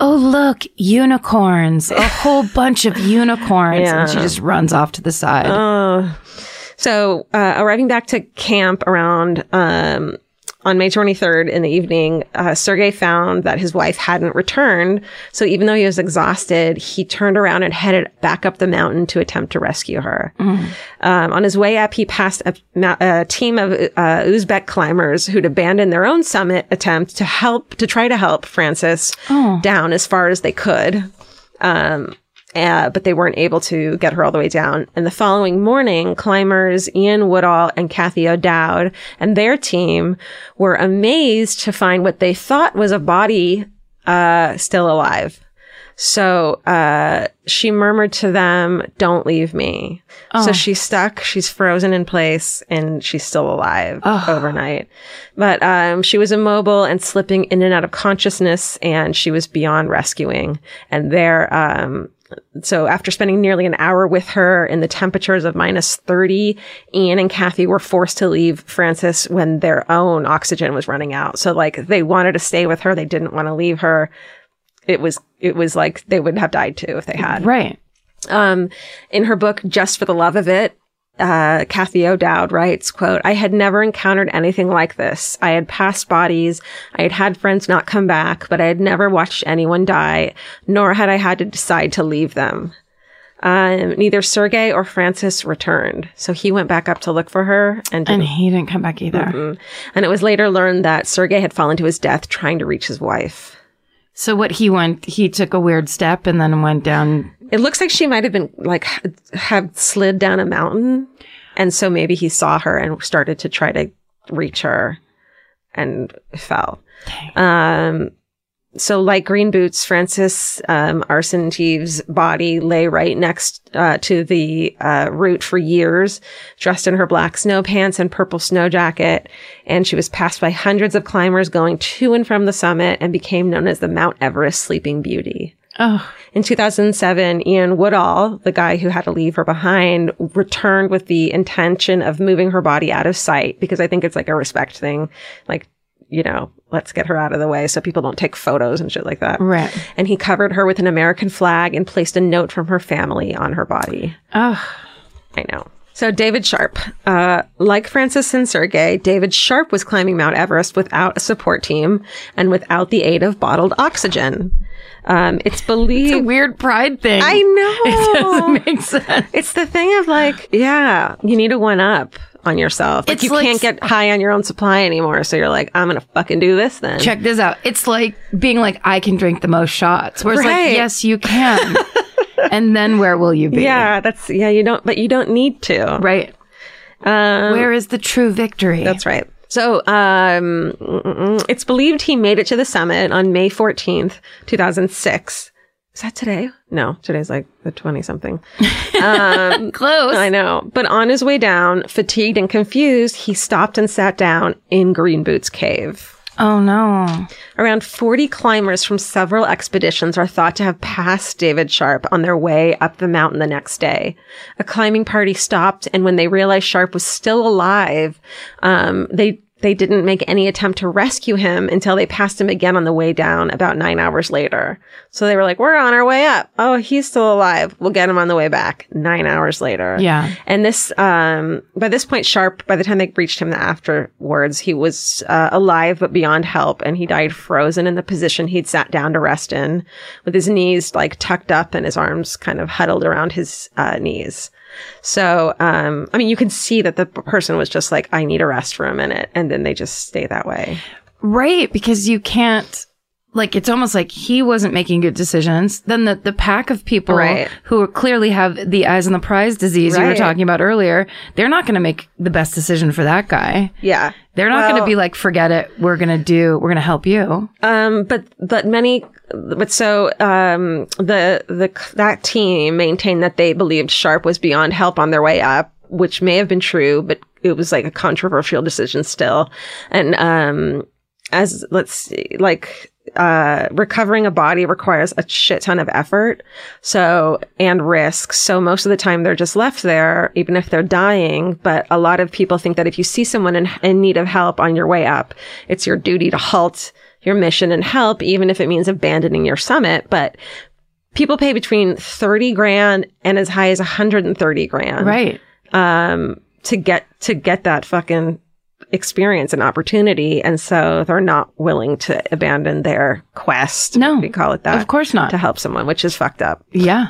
Oh, look, unicorns, a whole bunch of unicorns. And she just runs off to the side.
Uh. So uh, arriving back to camp around um, on May 23rd in the evening, uh, Sergey found that his wife hadn't returned. So even though he was exhausted, he turned around and headed back up the mountain to attempt to rescue her. Um, on his way up, he passed a, ma- a team of uh, Uzbek climbers who'd abandoned their own summit attempt to help to try to help Francis down as far as they could uh, but they weren't able to get her all the way down. And the following morning, climbers Ian Woodall and Kathy O'Dowd and their team were amazed to find what they thought was a body uh, still alive. So uh, she murmured to them, "Don't leave me." So she's stuck. She's frozen in place, and she's still alive overnight. But um, she was immobile and slipping in and out of consciousness, and she was beyond rescuing. And there, um, so after spending nearly an hour with her in the temperatures of minus 30, Ian and Kathy were forced to leave Frances when their own oxygen was running out. So like they wanted to stay with her. They didn't want to leave her. It was, it was like they would have died too if they had.
right.
Um, in her book, Just for the Love of It, uh, Kathy O'Dowd writes, quote, I had never encountered anything like this. I had passed bodies. I had had friends not come back, but I had never watched anyone die, nor had I had to decide to leave them. Um, neither Sergey or Francis returned, so he went back up to look for her and
And
didn't.
he didn't come back either.
And, it was later learned that Sergey had fallen to his death trying to reach his wife.
So what he went, he took a weird step and then went down.
It looks like she might have been like h- have slid down a mountain, and so maybe he saw her and started to try to reach her, and fell. Um, so, like Green Boots, Francis um, Arson Teeves' body lay right next uh, to the uh, route for years, dressed in her black snow pants and purple snow jacket. And she was passed by hundreds of climbers going to and from the summit and became known as the Mount Everest Sleeping Beauty.
Oh,
In 2007, Ian Woodall, the guy who had to leave her behind, returned with the intention of moving her body out of sight because I think it's like a respect thing. Like, you know, let's get her out of the way so people don't take photos and shit like that.
Right.
And he covered her with an American flag and placed a note from her family on her body.
oh,
I know. So David Sharp, uh, like Francis and Sergey, David Sharp was climbing Mount Everest without a support team and without the aid of bottled oxygen. Um, it's believed
a weird pride thing.
I
It doesn't
know.
make sense.
It's the thing of like, yeah, you need a one up on yourself. Like
It's
you
like-
can't get high on your own supply anymore. So you're like, I'm gonna fucking do this then.
Check this out. It's like being like, I can drink the most shots. Where it's
Right.
like, yes, you can. and then where will you be?
Yeah, that's yeah. You don't, but you don't need to.
Right.
Um,
where is the true victory?
That's right. So um, mm, it's believed he made it to the summit on May 14th, 2006. Is that today? No, today's like the 20 something.
close.
I know. But on his way down, fatigued and confused, he stopped and sat down in Green Boots Cave.
Oh no.
Around 40 climbers from several expeditions are thought to have passed David Sharp on their way up the mountain the next day. A climbing party stopped, and when they realized Sharp was still alive, um, they they didn't make any attempt to rescue him until they passed him again on the way down about nine hours later. So they were like, "We're on our way up. Oh, he's still alive. We'll get him on the way back." Nine hours later.
Yeah.
And this, um, by this point, Sharp, by the time they reached him afterwards, he was uh, alive but beyond help, and he died frozen in the position he'd sat down to rest in, with his knees like tucked up and his arms kind of huddled around his uh, knees. So, um, I mean, you can see that the p- person was just like, I need a rest for a minute. And then they just stay that way.
Right, because you can't like it's almost like he wasn't making good decisions. Then the, the pack of people
Right.
who are clearly have the eyes on the prize disease you were
Right.
talking about earlier, they're not gonna make the best decision for that guy.
Yeah.
They're not
Well-
gonna be like, forget it, we're gonna do we're gonna help you.
Um, but but many, but so um, the the that team maintained that they believed Sharp was beyond help on their way up, which may have been true, but it was like a controversial decision still. And um, as let's see, like uh, recovering a body requires a shit ton of effort, so and risk. So most of the time they're just left there, even if they're dying. But a lot of people think that if you see someone in, in need of help on your way up, it's your duty to halt your mission and help, even if it means abandoning your summit. But people pay between 30 grand and as high as 130 grand
Right.
um, to get to get that fucking experience and opportunity, and so they're not willing to abandon their quest.
No.
if we call it that.
Of course not.
to help someone, which is fucked up.
Yeah.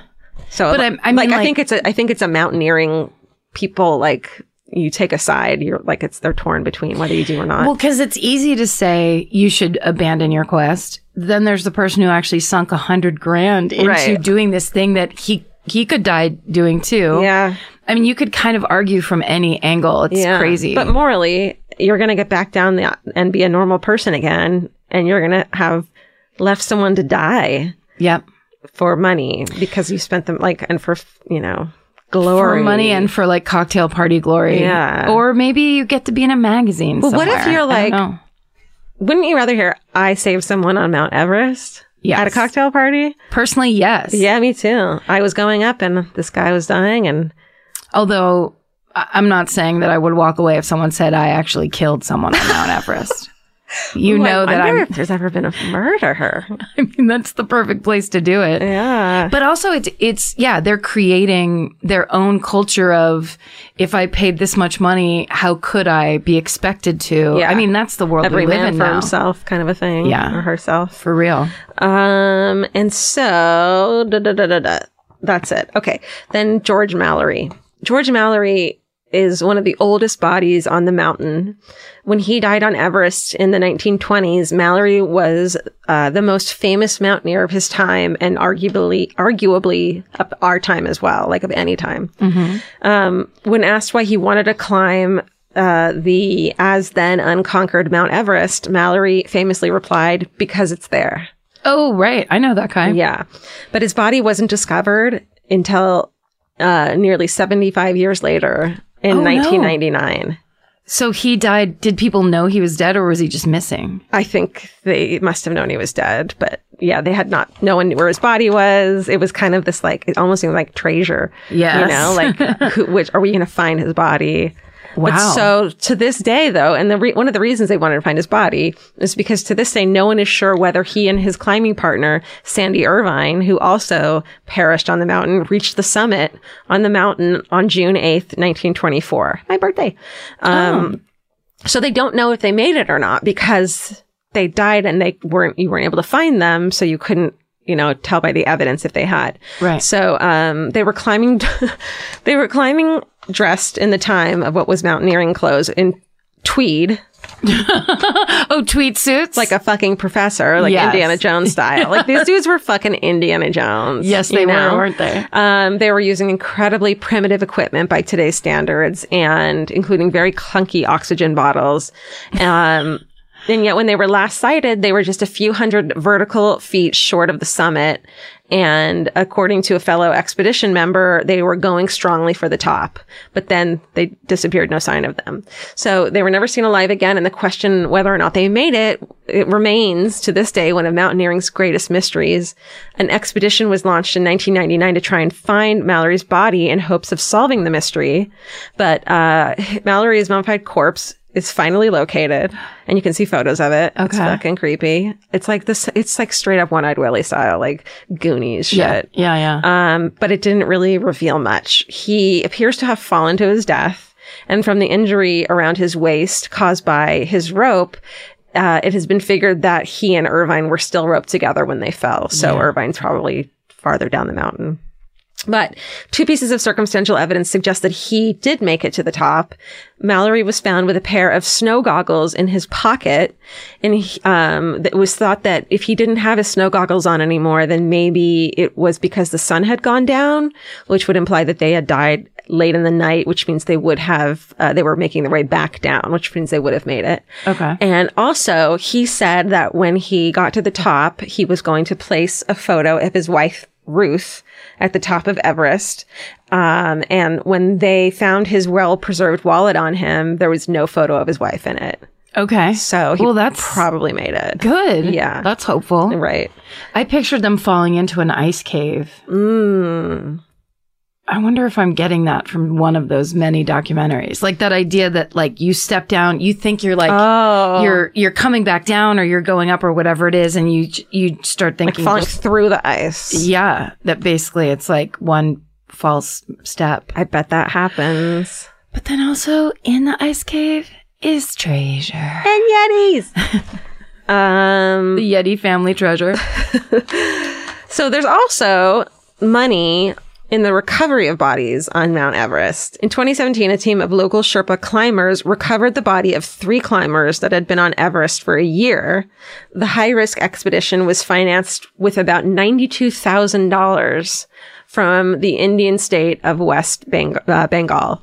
So,
But
but
I'm-
I'm,
I mean,
like, I
like-
think it's a I think it's a mountaineering people like you take a side. You're like it's they're torn between whether you do or not.
Well, because it's easy to say you should abandon your quest. Then there's the person who actually sunk a hundred grand into
Right.
doing this thing that he he could die doing too.
yeah,
I mean, you could kind of argue from any angle. It's
yeah,
crazy.
But morally, you're gonna get back down the and be a normal person again, and you're gonna have left someone to die.
yep.
for money because you spent them like and for you know
For
glory
money and for like cocktail party glory.
Yeah.
Or maybe you get to be in a magazine. Oh, Well,
what if you're like- wouldn't you rather hear i saved someone on mount everest
Yes.
at a cocktail party
Personally, yes.
yeah me too i was going up and this guy was dying and
Although I- I'm not saying that I would walk away if someone said I actually killed someone on Mount Everest. You
Ooh, I
know that
wonder
I'm,
if there's ever been a murderer
I mean, that's the perfect place to do it.
yeah
But also it's it's yeah, they're creating their own culture of if I paid this much money, how could I be expected to?
Yeah.
I mean, that's the world
every
we live
man
in
for
now.
himself kind of a thing
Yeah.
or herself
For real.
um and so da, da, da, da, da. That's it. Okay. Then George Mallory. George Mallory is one of the oldest bodies on the mountain. When he died on Everest in the 1920s, Mallory was uh, the most famous mountaineer of his time and arguably, arguably of our time as well, like of any time. Um, when asked why he wanted to climb uh, the as then unconquered Mount Everest, Mallory famously replied, because it's there.
Oh, right. I know that guy.
Yeah. But his body wasn't discovered until uh, nearly 75 years later in
Oh, no.
1999.
So he died. Did people know he was dead or was he just missing?
I think they must have known he was dead, but yeah, they had not, no one knew where his body was. It was kind of this like, it almost seemed like treasure. You
Yes.
know, like, who, which are we going to find his body? But
Wow.
so to this day, though, and the re- one of the reasons they wanted to find his body is because to this day, no one is sure whether he and his climbing partner, Sandy Irvine, who also perished on the mountain, reached the summit on the mountain on June 8th, 1924. My birthday. Um,
Oh.
So they don't know if they made it or not because they died and they weren't, you weren't able to find them. So you couldn't, you know, tell by the evidence if they had.
Right.
So um, they were climbing, they were climbing dressed in the time of what was mountaineering clothes in tweed,
Oh, tweed suits?
like a fucking professor, like
Yes.
Indiana Jones style. like these dudes were fucking Indiana Jones.
Yes,
you
they
know?
were, weren't they?
Um, they were using incredibly primitive equipment by today's standards and including very clunky oxygen bottles. Um, and yet when they were last sighted, they were just a few hundred vertical feet short of the summit. And according to a fellow expedition member, they were going strongly for the top, but then they disappeared, no sign of them. So they were never seen alive again. And the question whether or not they made it, it remains to this day one of mountaineering's greatest mysteries. An expedition was launched in 1999 to try and find Mallory's body in hopes of solving the mystery. But uh, Mallory's mummified corpse is finally located, and you can see photos of it. It's
Okay.
fucking creepy. It's like this. It's like straight up one-eyed Willy style, like Goonies shit.
yeah. Yeah, yeah.
Um, but it didn't really reveal much. He appears to have fallen to his death, and from the injury around his waist caused by his rope, uh, it has been figured that he and Irvine were still roped together when they fell. So Irvine's probably farther down the mountain. But two pieces of circumstantial evidence suggest that he did make it to the top. Mallory was found with a pair of snow goggles in his pocket, and he, um, it was thought that if he didn't have his snow goggles on anymore, then maybe it was because the sun had gone down, which would imply that they had died late in the night, which means they would have uh, they were making their way back down, which means they would have made it.
okay.
And also, he said that when he got to the top, he was going to place a photo of his wife, Ruth, at the top of Everest. Um, and when they found his well preserved wallet on him, there was no photo of his wife in it.
Okay.
So he
well, that's
probably made it.
good.
Yeah.
That's hopeful.
Right.
I pictured them falling into an ice cave.
Mm.
I wonder if I'm getting that from one of those many documentaries. Like that idea that like you step down, you think you're like
Oh.
you're you're coming back down or you're going up or whatever it is and you you start
like
thinking
falling
just-
through the ice.
yeah, that basically it's like one false step.
I bet that happens.
But then also in the ice cave is treasure.
And Yetis! um,
The Yeti family treasure.
So there's also money in the recovery of bodies on Mount Everest. In 2017, a team of local Sherpa climbers recovered the body of three climbers that had been on Everest for a year. The high risk expedition was financed with about $92,000 from the Indian state of West Bang- uh, Bengal.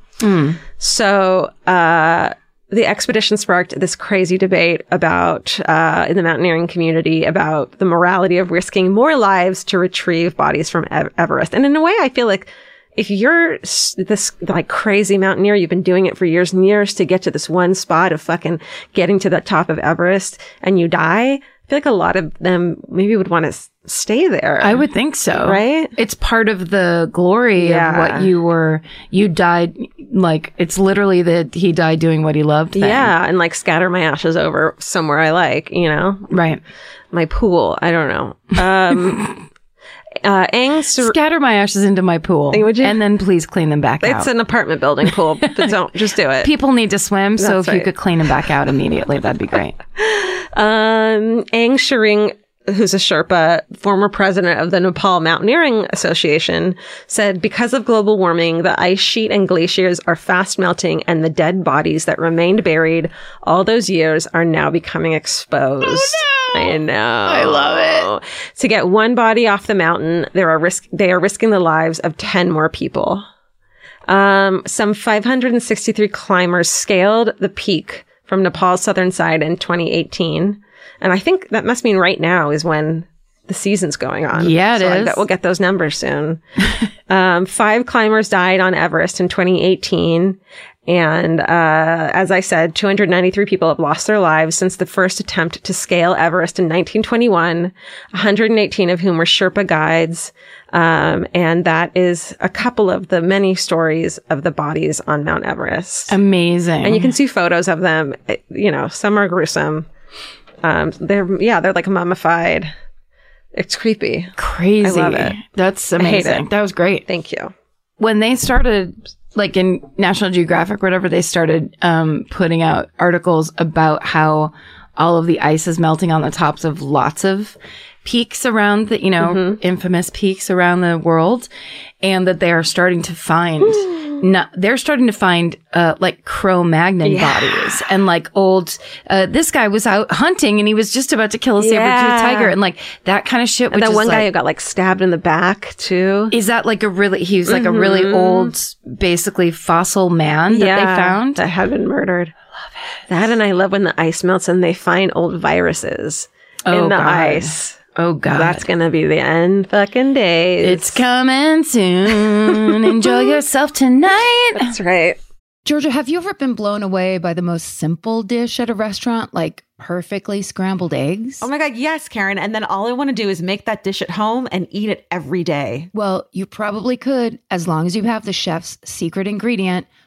So, uh, the expedition sparked this crazy debate about uh, in the mountaineering community about the morality of risking more lives to retrieve bodies from Ev- Everest. And in a way, I feel like if you're s- this like crazy mountaineer, you've been doing it for years and years to get to this one spot of fucking getting to the top of Everest, and you die. I feel like a lot of them maybe would want to s- stay there.
I would think so.
Right?
It's part of the glory
Yeah.
of what you were you died like it's literally that he died doing what he loved. thing.
yeah, and like scatter my ashes over somewhere I like, you know.
Right.
my pool. I don't know. Um, uh, Ang Sur-
Scatter my ashes into my pool.
Would you?
And then please clean them back out.
it's an apartment building pool, but don't just do it.
People need to swim, so
That's
if you
right.
could clean them back out immediately, that'd be great.
Um, Ang Sharing who's a Sherpa, former president of the Nepal Mountaineering
Oh,
Association, said because of global warming, the ice sheet and glaciers are fast melting, and the dead bodies that remained buried all those years are now becoming exposed. I know. Oh, I love it. To get one body off the mountain, there are risk they are risking the lives of ten more people. Um, some 563 climbers scaled the peak from Nepal's southern side in 2018. And I think that must mean right now is when the season's going on.
Yeah, it
so I
is.
bet we'll get those numbers soon. um, five climbers died on Everest in 2018. And uh, as I said, 293 people have lost their lives since the first attempt to scale Everest in 1921, 118 of whom were Sherpa guides. Um, and that is a couple of the many stories of the bodies on Mount Everest.
Amazing.
And you can see photos of them. It- you know, some are gruesome. Um, they're yeah, they're like mummified. It's creepy.
crazy.
I love it.
That's
hate
amazing.
it.
That was great.
Thank you.
when they started like in national geographic whatever they started um, putting out articles about how all of the ice is melting on the tops of lots of peaks around the you know
Mm-hmm.
infamous peaks around the world and that they are starting to find no, they're starting to find uh, like Cro-Magnon bodies and like old. Uh, this guy was out hunting and he was just about to kill a
Yeah.
saber-toothed tiger and like that kind of shit.
And
which
that
is,
one guy
like-
who got like stabbed in the back too.
is that like a really he was like a really old basically fossil man that they found
that had been murdered. I love it. That and I love when the ice melts and they find old viruses
Oh,
in the
God.
ice.
oh god
That's gonna be the end fucking days.
it's coming soon enjoy yourself tonight
that's right.
Georgia, have you ever been blown away by the most simple dish at a restaurant, like perfectly scrambled eggs?
Oh my God, yes, Karen. And then all I want to do is make that dish at home and eat it every day.
Well, you probably could as long as you have the chef's secret ingredient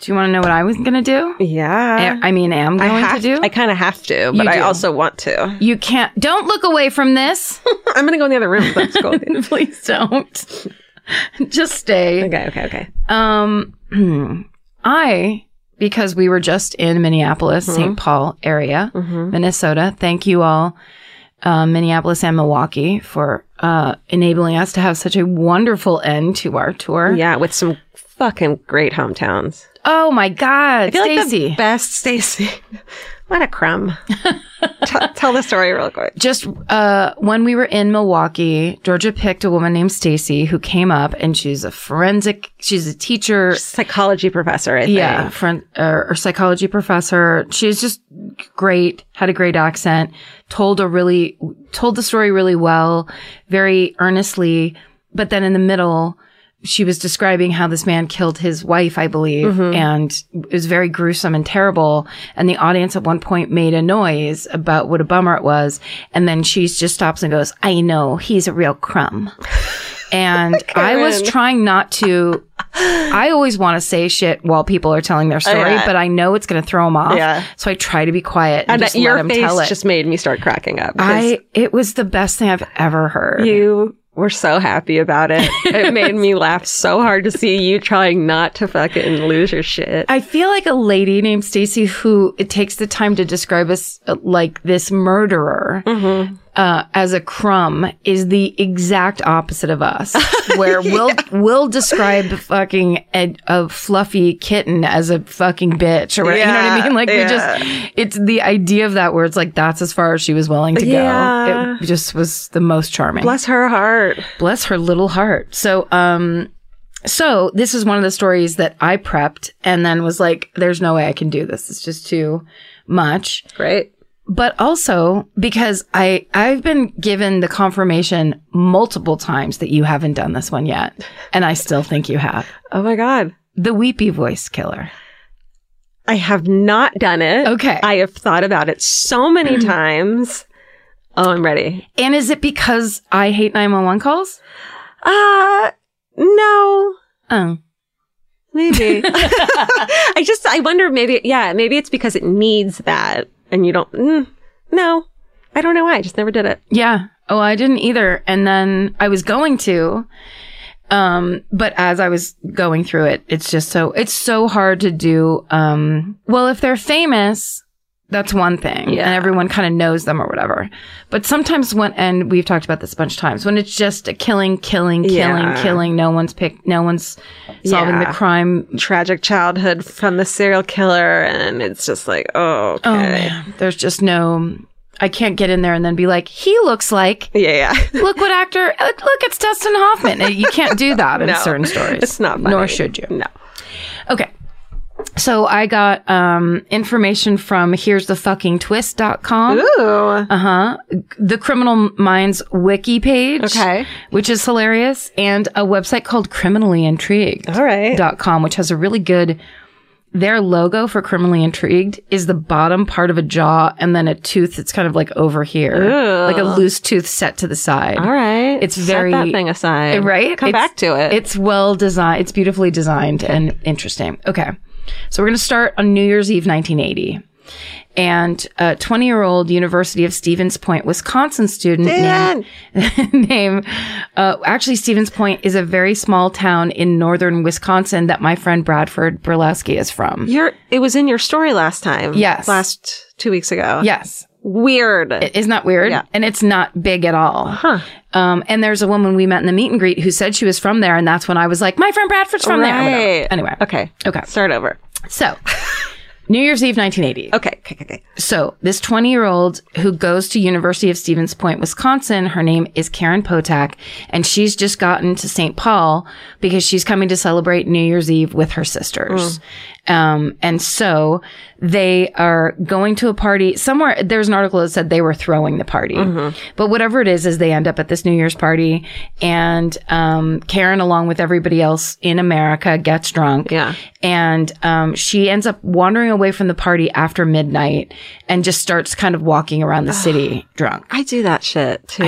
do you want to know what i was gonna do
Yeah.
i I mean am going
have
to do
I kind of have to, but
You
I
do.
also want to.
you can't don't look away from this
I'm gonna go in the other room. if That's cool.
please don't just stay
okay. Okay. Okay.
um
I, because we were just in Minneapolis,
Mm-hmm.
St. Paul area, Minnesota, thank you all, uh, Minneapolis and Milwaukee, for uh, enabling us to have such a wonderful end to our tour.
Yeah, with some fucking great hometowns.
Oh my God,
I feel like the
Stacy.
best Stacy. what a crumb. T- tell the story real quick.
just uh, when we were in Milwaukee, Georgia picked a woman named Stacy who came up and she's a forensic, she's a teacher.
Psychology professor, I think.
Yeah, friend or, or psychology professor. She was just great, had a great accent, told a really told the story really well, very earnestly. But then in the middle, she was describing how this man killed his wife, I believe,
Mm-hmm.
and it was very gruesome and terrible. And the audience at one point made a noise about what a bummer it was, and then she just stops and goes, "I know he's a real crumb." And I was
Karen.
trying not to I always want to say shit while people are telling their story,
yeah.
but I know it's going to throw them off.
Yeah.
So I try to be quiet and,
And
just
that your
let them
face
tell it.
just made me start cracking up. 'cause
I it was the best thing I've ever heard.
you were so happy about it. It made me laugh so hard to see you trying not to fucking lose your shit.
I feel like a lady named Stacy who it takes the time to describe us uh, like this murderer
Mm-hmm.
uh, as a crumb is the exact opposite of us, where we'll we'll describe fucking a, a fluffy kitten as a fucking bitch or whatever, you know what I
Yeah,
mean? Like
yeah.
we just it's the idea of that where it's like that's as far as she was willing to
Yeah.
go. It just was the most charming
Bless her heart.
bless her little heart. So, um, so this is one of the stories that I prepped and then was like, there's no way I can do this. It's just too much.
Great.
But also because I, I've been given the confirmation multiple times that you haven't done this one yet. And I still think you have
Oh my God.
the weepy voice killer.
I have not done it.
Okay.
I have thought about it so many times. Oh, I'm ready.
And is it because I hate 911 calls?
Uh, no,
Oh,
maybe. I just, I wonder maybe, yeah, maybe it's because it needs that and you don't, mm, no, I don't know why. I just never did it.
Yeah. Oh, I didn't either. And then I was going to, um, but as I was going through it, it's just so, it's so hard to do. Um, well, if they're famous, that's one thing
Yeah.
and everyone kind of knows them or whatever. But sometimes when, and we've talked about this a bunch of times, when it's just a killing, killing, killing,
Yeah.
killing, no one's pick, no one's solving
Yeah.
the crime.
Tragic childhood from the serial killer. And it's just like, oh, okay.
Oh man, there's just no, I can't get in there and then be like, he looks like,
Yeah, yeah.
look what actor uh, look it's dustin hoffman Uh, you can't do that in
No,
certain stories
it's not
nor
funny.
should you
No.
okay so i got um, information from here's the fucking twist.com
Ooh.
uh-huh the criminal minds wiki page
Okay.
which is hilarious and a website called criminally intrigued
All right.
dot com, which has a really good their logo for criminally intrigued is the bottom part of a jaw and then a tooth that's kind of like over here like a loose tooth set to the side
All right.
It's
Set
very-
that thing aside.
right
Come
It's-
back to it.
it's well designed it's beautifully designed and interesting okay so we're going to start on new year's eve 1980 and a 20 year old university of stevens point wisconsin student named, named uh, actually stevens point is a very small town in northern wisconsin that my friend bradford burleski is from
Your it was in your story last time.
Yes.
Last two weeks ago.
yes
Weird.
Isn't that weird?
Yeah.
And it's not big at all. Huh. Um, and there's a woman we met in the meet and greet who said she was from there, and that's when I was like, my friend Bradford's from there. or whatever.
Right.
Anyway.
okay.
Okay.
Start over.
So New Year's Eve 1980.
Okay. Okay. Okay. okay.
So this 20 year old who goes to University of Stevens Point, Wisconsin, her name is Karen Potak, and she's just gotten to St. Paul because she's coming to celebrate New Year's Eve with her
Mm.
sisters. Um, and so they are going to a party somewhere. There's an article that said they were throwing the party, but whatever it is, is they end up at this New Year's party and, um, Karen, along with everybody else in America gets drunk
Yeah.
and um, she ends up wandering away from the party after midnight and just starts kind of walking around the city drunk.
I do that shit too.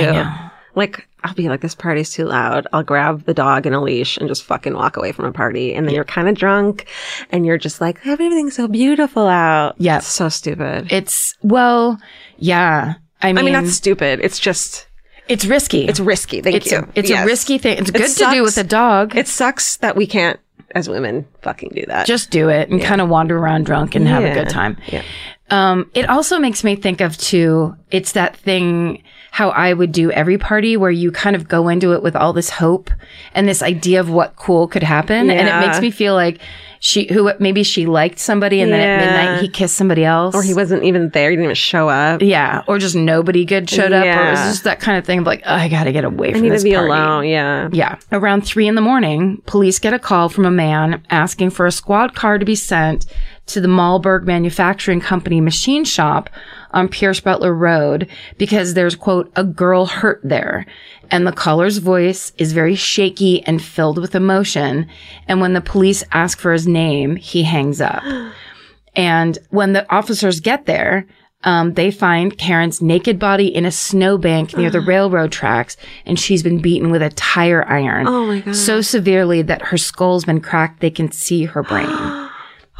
Like I'll be like, this party's too loud. I'll grab the dog in a leash and just fucking walk away from a party. And then you're kind of drunk, and you're just like, everything's so beautiful out.
Yeah.
It's so stupid.
It's well, yeah. I mean,
I mean, not stupid. It's just
it's risky.
it's risky. Thank
it's
you.
a, it's a
Yes.
risky thing. It's
It
good to do with
sucks.
a dog.
It sucks that we can't as women fucking do that.
Just do it and kind of wander around drunk and have a
Yeah.
good time.
Yeah.
Um, it also makes me think of too, it's that thing how I would do every party where you kind of go into it with all this hope and this idea of what cool could happen. And
Yeah.
it makes me feel like she who maybe she liked somebody and then at
Yeah.
midnight he kissed somebody else.
or he wasn't even there. He didn't even show up.
Yeah. Or just nobody good showed up. Or it was
Yeah.
just that kind of thing of like, oh, I gotta get away
I
from
need
this
to be
party.
alone. Yeah.
Yeah. Around three in the morning, police get a call from a man asking for a squad car to be sent to the Malberg Manufacturing Company machine shop on Pierce Butler Road because there's, quote, a girl hurt there. And the caller's voice is very shaky and filled with emotion. And when the police ask for his name, he hangs up. And when the officers get there, um, they find Karen's naked body in a snowbank near the railroad tracks, and she's been beaten with a tire iron. Oh my god! So severely that her skull's been cracked; they can see her brain,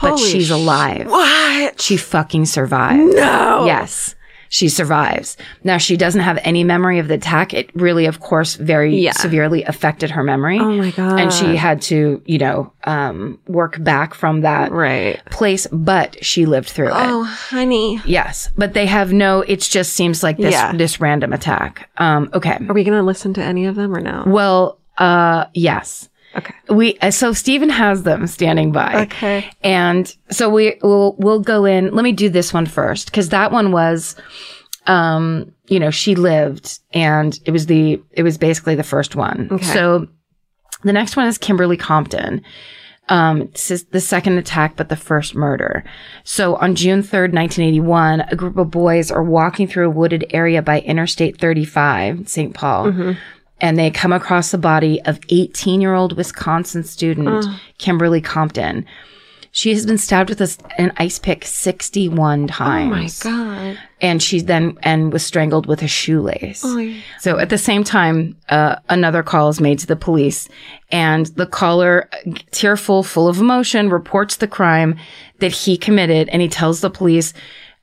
but she's alive.
What?
She fucking survived. No. Yes. She survives. Now she doesn't have any memory of the attack. It really, of course, very
Yeah.
severely affected her memory. Oh
my God.
And she had to, you know, um, work back from that
Right.
place, but she lived through it.
Oh, honey.
Yes, but they have no. It just seems like this
Yeah.
this random attack. Um, okay.
Are we going to listen to any of them or no?
Well, uh, yes.
Okay.
We uh, so Stephen has them standing by.
Okay.
And so we will we'll go in. Let me do this one first because that one was, um, you know, she lived, and it was the it was basically the first one.
Okay.
So the next one is Kimberly Compton. Um, this is the second attack, but the first murder. So on June 3rd, 1981, a group of boys are walking through a wooded area by Interstate 35, St. Paul and they come across the body of 18 year old Wisconsin student Kimberly Compton. She has been stabbed with a s an ice pick 61 times. Oh my God. And she then and was strangled with a shoelace. So at the same time, uh, another call is made to the police, and the caller, tearful, full of emotion, reports the crime that he committed, and he tells the police,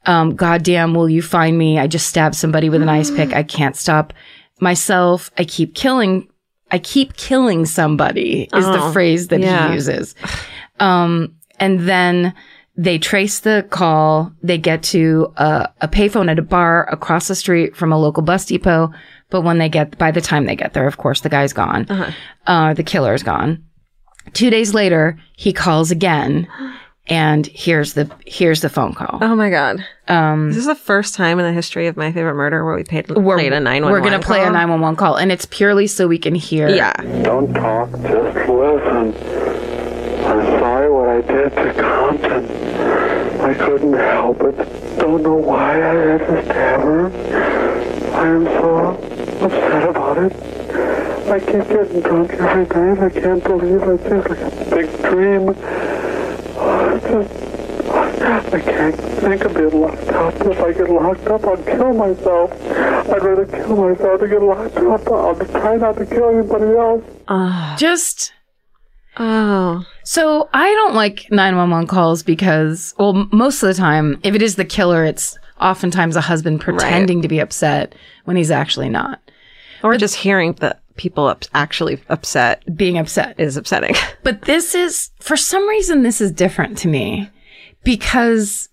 um, "Goddamn, will you find me? I just stabbed somebody with an ice pick. I can't stop myself. I keep killing. I keep killing somebody." Is the phrase that
yeah.
he uses. Um, and then they trace the call. They get to a, a payphone at a bar across the street from a local bus depot. But when they get, by the time they get there, of course, the guy's gone. uh the killer's gone. Two days later, he calls again, and here's the here's the phone call.
Oh my God.
Um,
This is the first time in the history of My Favorite Murder where we paid, played a 911
We're gonna play a
call.
nine one one call, and it's purely so we can hear.
Yeah.
Don't talk, just listen. I'm sorry what I did to Compton. I couldn't help it. Don't know why I had to stab her. I am so upset about it. I keep getting drunk every night. I can't believe it. It's like a big dream. I just, I can't think of being locked up. If I get locked up, I'll kill myself. I'd rather kill myself than get locked up. I'll try not to kill anybody else.
Just
Oh.
So I don't like 911 calls because, well, m- most of the time, if it is the killer, it's oftentimes a husband pretending to be upset when he's actually not
Or just hearing that people up- actually upset
being upset.
is upsetting.
But this is, for some reason, this is different to me because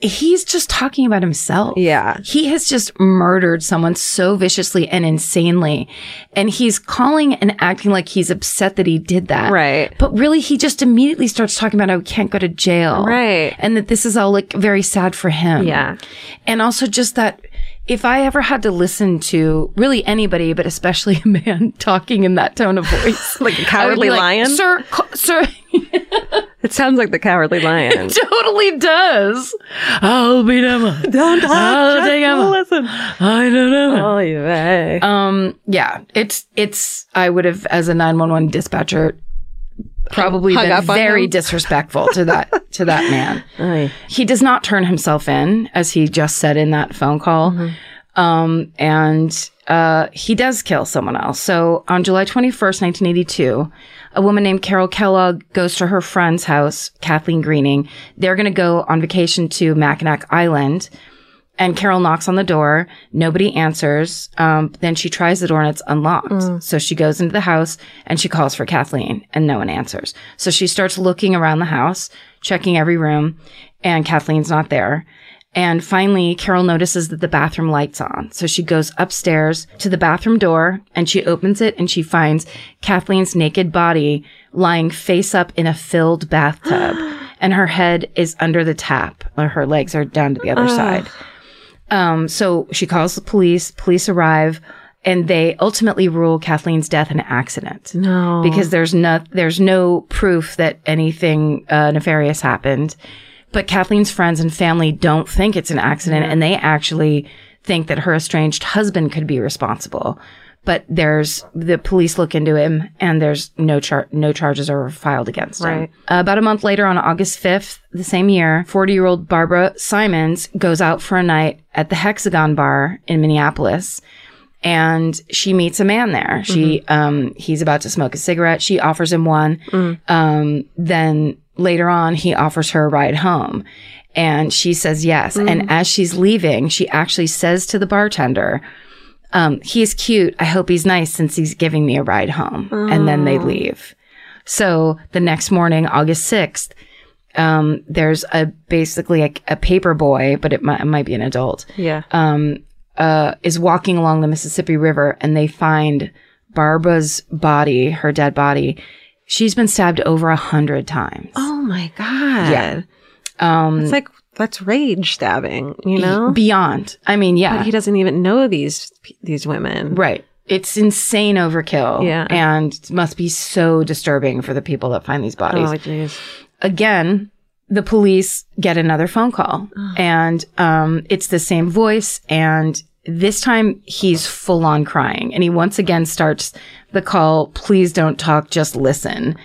he's just talking about himself.
Yeah.
He has just murdered someone so viciously and insanely. And he's calling and acting like he's upset that he did that.
Right.
But really, he just immediately starts talking about how he can't go to jail.
Right.
And that this is all like very sad for him.
Yeah.
And also just that if I ever had to listen to really anybody, but especially a man talking in that tone of voice,
Like a
I would be
cowardly lion?
Sir, ca- sir,
It sounds like the cowardly lion.
totally does. I'll beat him up. Don't talk. I'll take him up.
Listen.
I don't know.
Oy vey.
Um, yeah, it's, it's, I would have, as a 911 dispatcher, probably
Hung
been
up on
very
him?
disrespectful to that, to that man.
Oy.
He does not turn himself in, as he just said in that phone call.
Mm-hmm.
Um, and uh, he does kill someone else. So on July 21st, 1982, a woman named Carol Kellogg goes to her friend's house, Kathleen Greening. They're going to go on vacation to Mackinac Island. And Carol knocks on the door. Nobody answers. Um, then she tries the door and it's unlocked. So she goes into the house and she calls for Kathleen and no one answers. So she starts looking around the house, checking every room and Kathleen's not there. And finally, Carol notices that the bathroom light's on. So she goes upstairs to the bathroom door and she opens it and she finds Kathleen's naked body lying face up in a filled bathtub. and her head is under the tap, or her legs are down to the other side. Um, so she calls the police, police arrive, and they ultimately rule Kathleen's death an accident. No. Because there's no, there's no proof that anything uh, nefarious happened. But Kathleen's friends and family don't think it's an accident, and they actually think that her estranged husband could be responsible. But there's the police look into him, and there's no char- no charges are filed against him. Uh, about a month later, on August 5th, the same year, 40 year old Barbara Simons goes out for a night at the Hexagon Bar in Minneapolis and she meets a man there. She um he's about to smoke a cigarette. She offers him one. Um then later on he offers her a ride home. And she says yes. And as she's leaving, she actually says to the bartender, um, he's cute. I hope he's nice since he's giving me a ride home. And then
Oh.
they leave. So the next morning, August 6th, um, there's a basically a, a paper boy, but it, mi- it might be an adult
Yeah.
uh, is walking along the Mississippi River and they find Barbara's body, her dead body. She's been stabbed over a hundred times.
oh my god. Yeah. Um, it's like that's rage stabbing. You know.
Beyond. I mean, yeah.
But he doesn't even know these these women.
right. It's insane overkill.
Yeah.
And it must be so disturbing for the people that find these bodies.
Oh jeez.
again, the police get another phone call
Ah.
and um, it's the same voice. And this time he's full on crying. And he once again starts the call, please don't talk, just listen,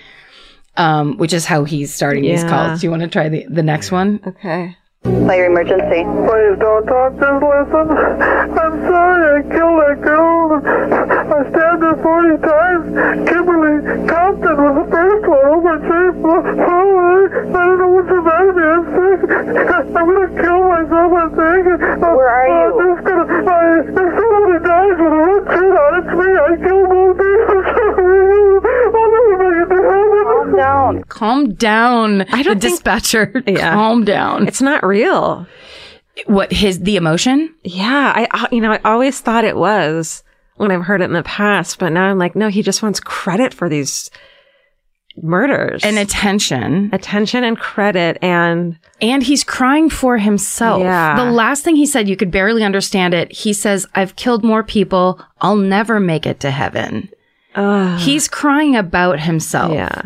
um, which is how he's starting these
Yeah.
calls. Do you want to try the, the next one?
Okay.
Play your emergency.
Please don't talk, just listen. I'm sorry I killed that girl. I stabbed her 40 times. Kimberly Compton was the first one. Oh, my face. Oh, I I don't know what's the matter with me. I'm sick. I'm going to kill myself, I think.
Where are you?
I'm just going to... I... If somebody dies with a red shirt on, it's me. I killed both these. I'm sorry. I'll never make it to heaven.
Calm down.
Calm down. I
don't
the
think-
dispatcher.
Yeah.
Calm down.
It's not real.
what his the emotion?
Yeah, I- I you know I always thought it was when I've heard it in the past, but now I'm like, no, he just wants credit for these murders
And attention.
attention and credit and
And he's crying for himself.
Yeah.
The last thing he said, you could barely understand it. He says, I've killed more people. I'll never make it to heaven. He's crying about himself.
Yeah.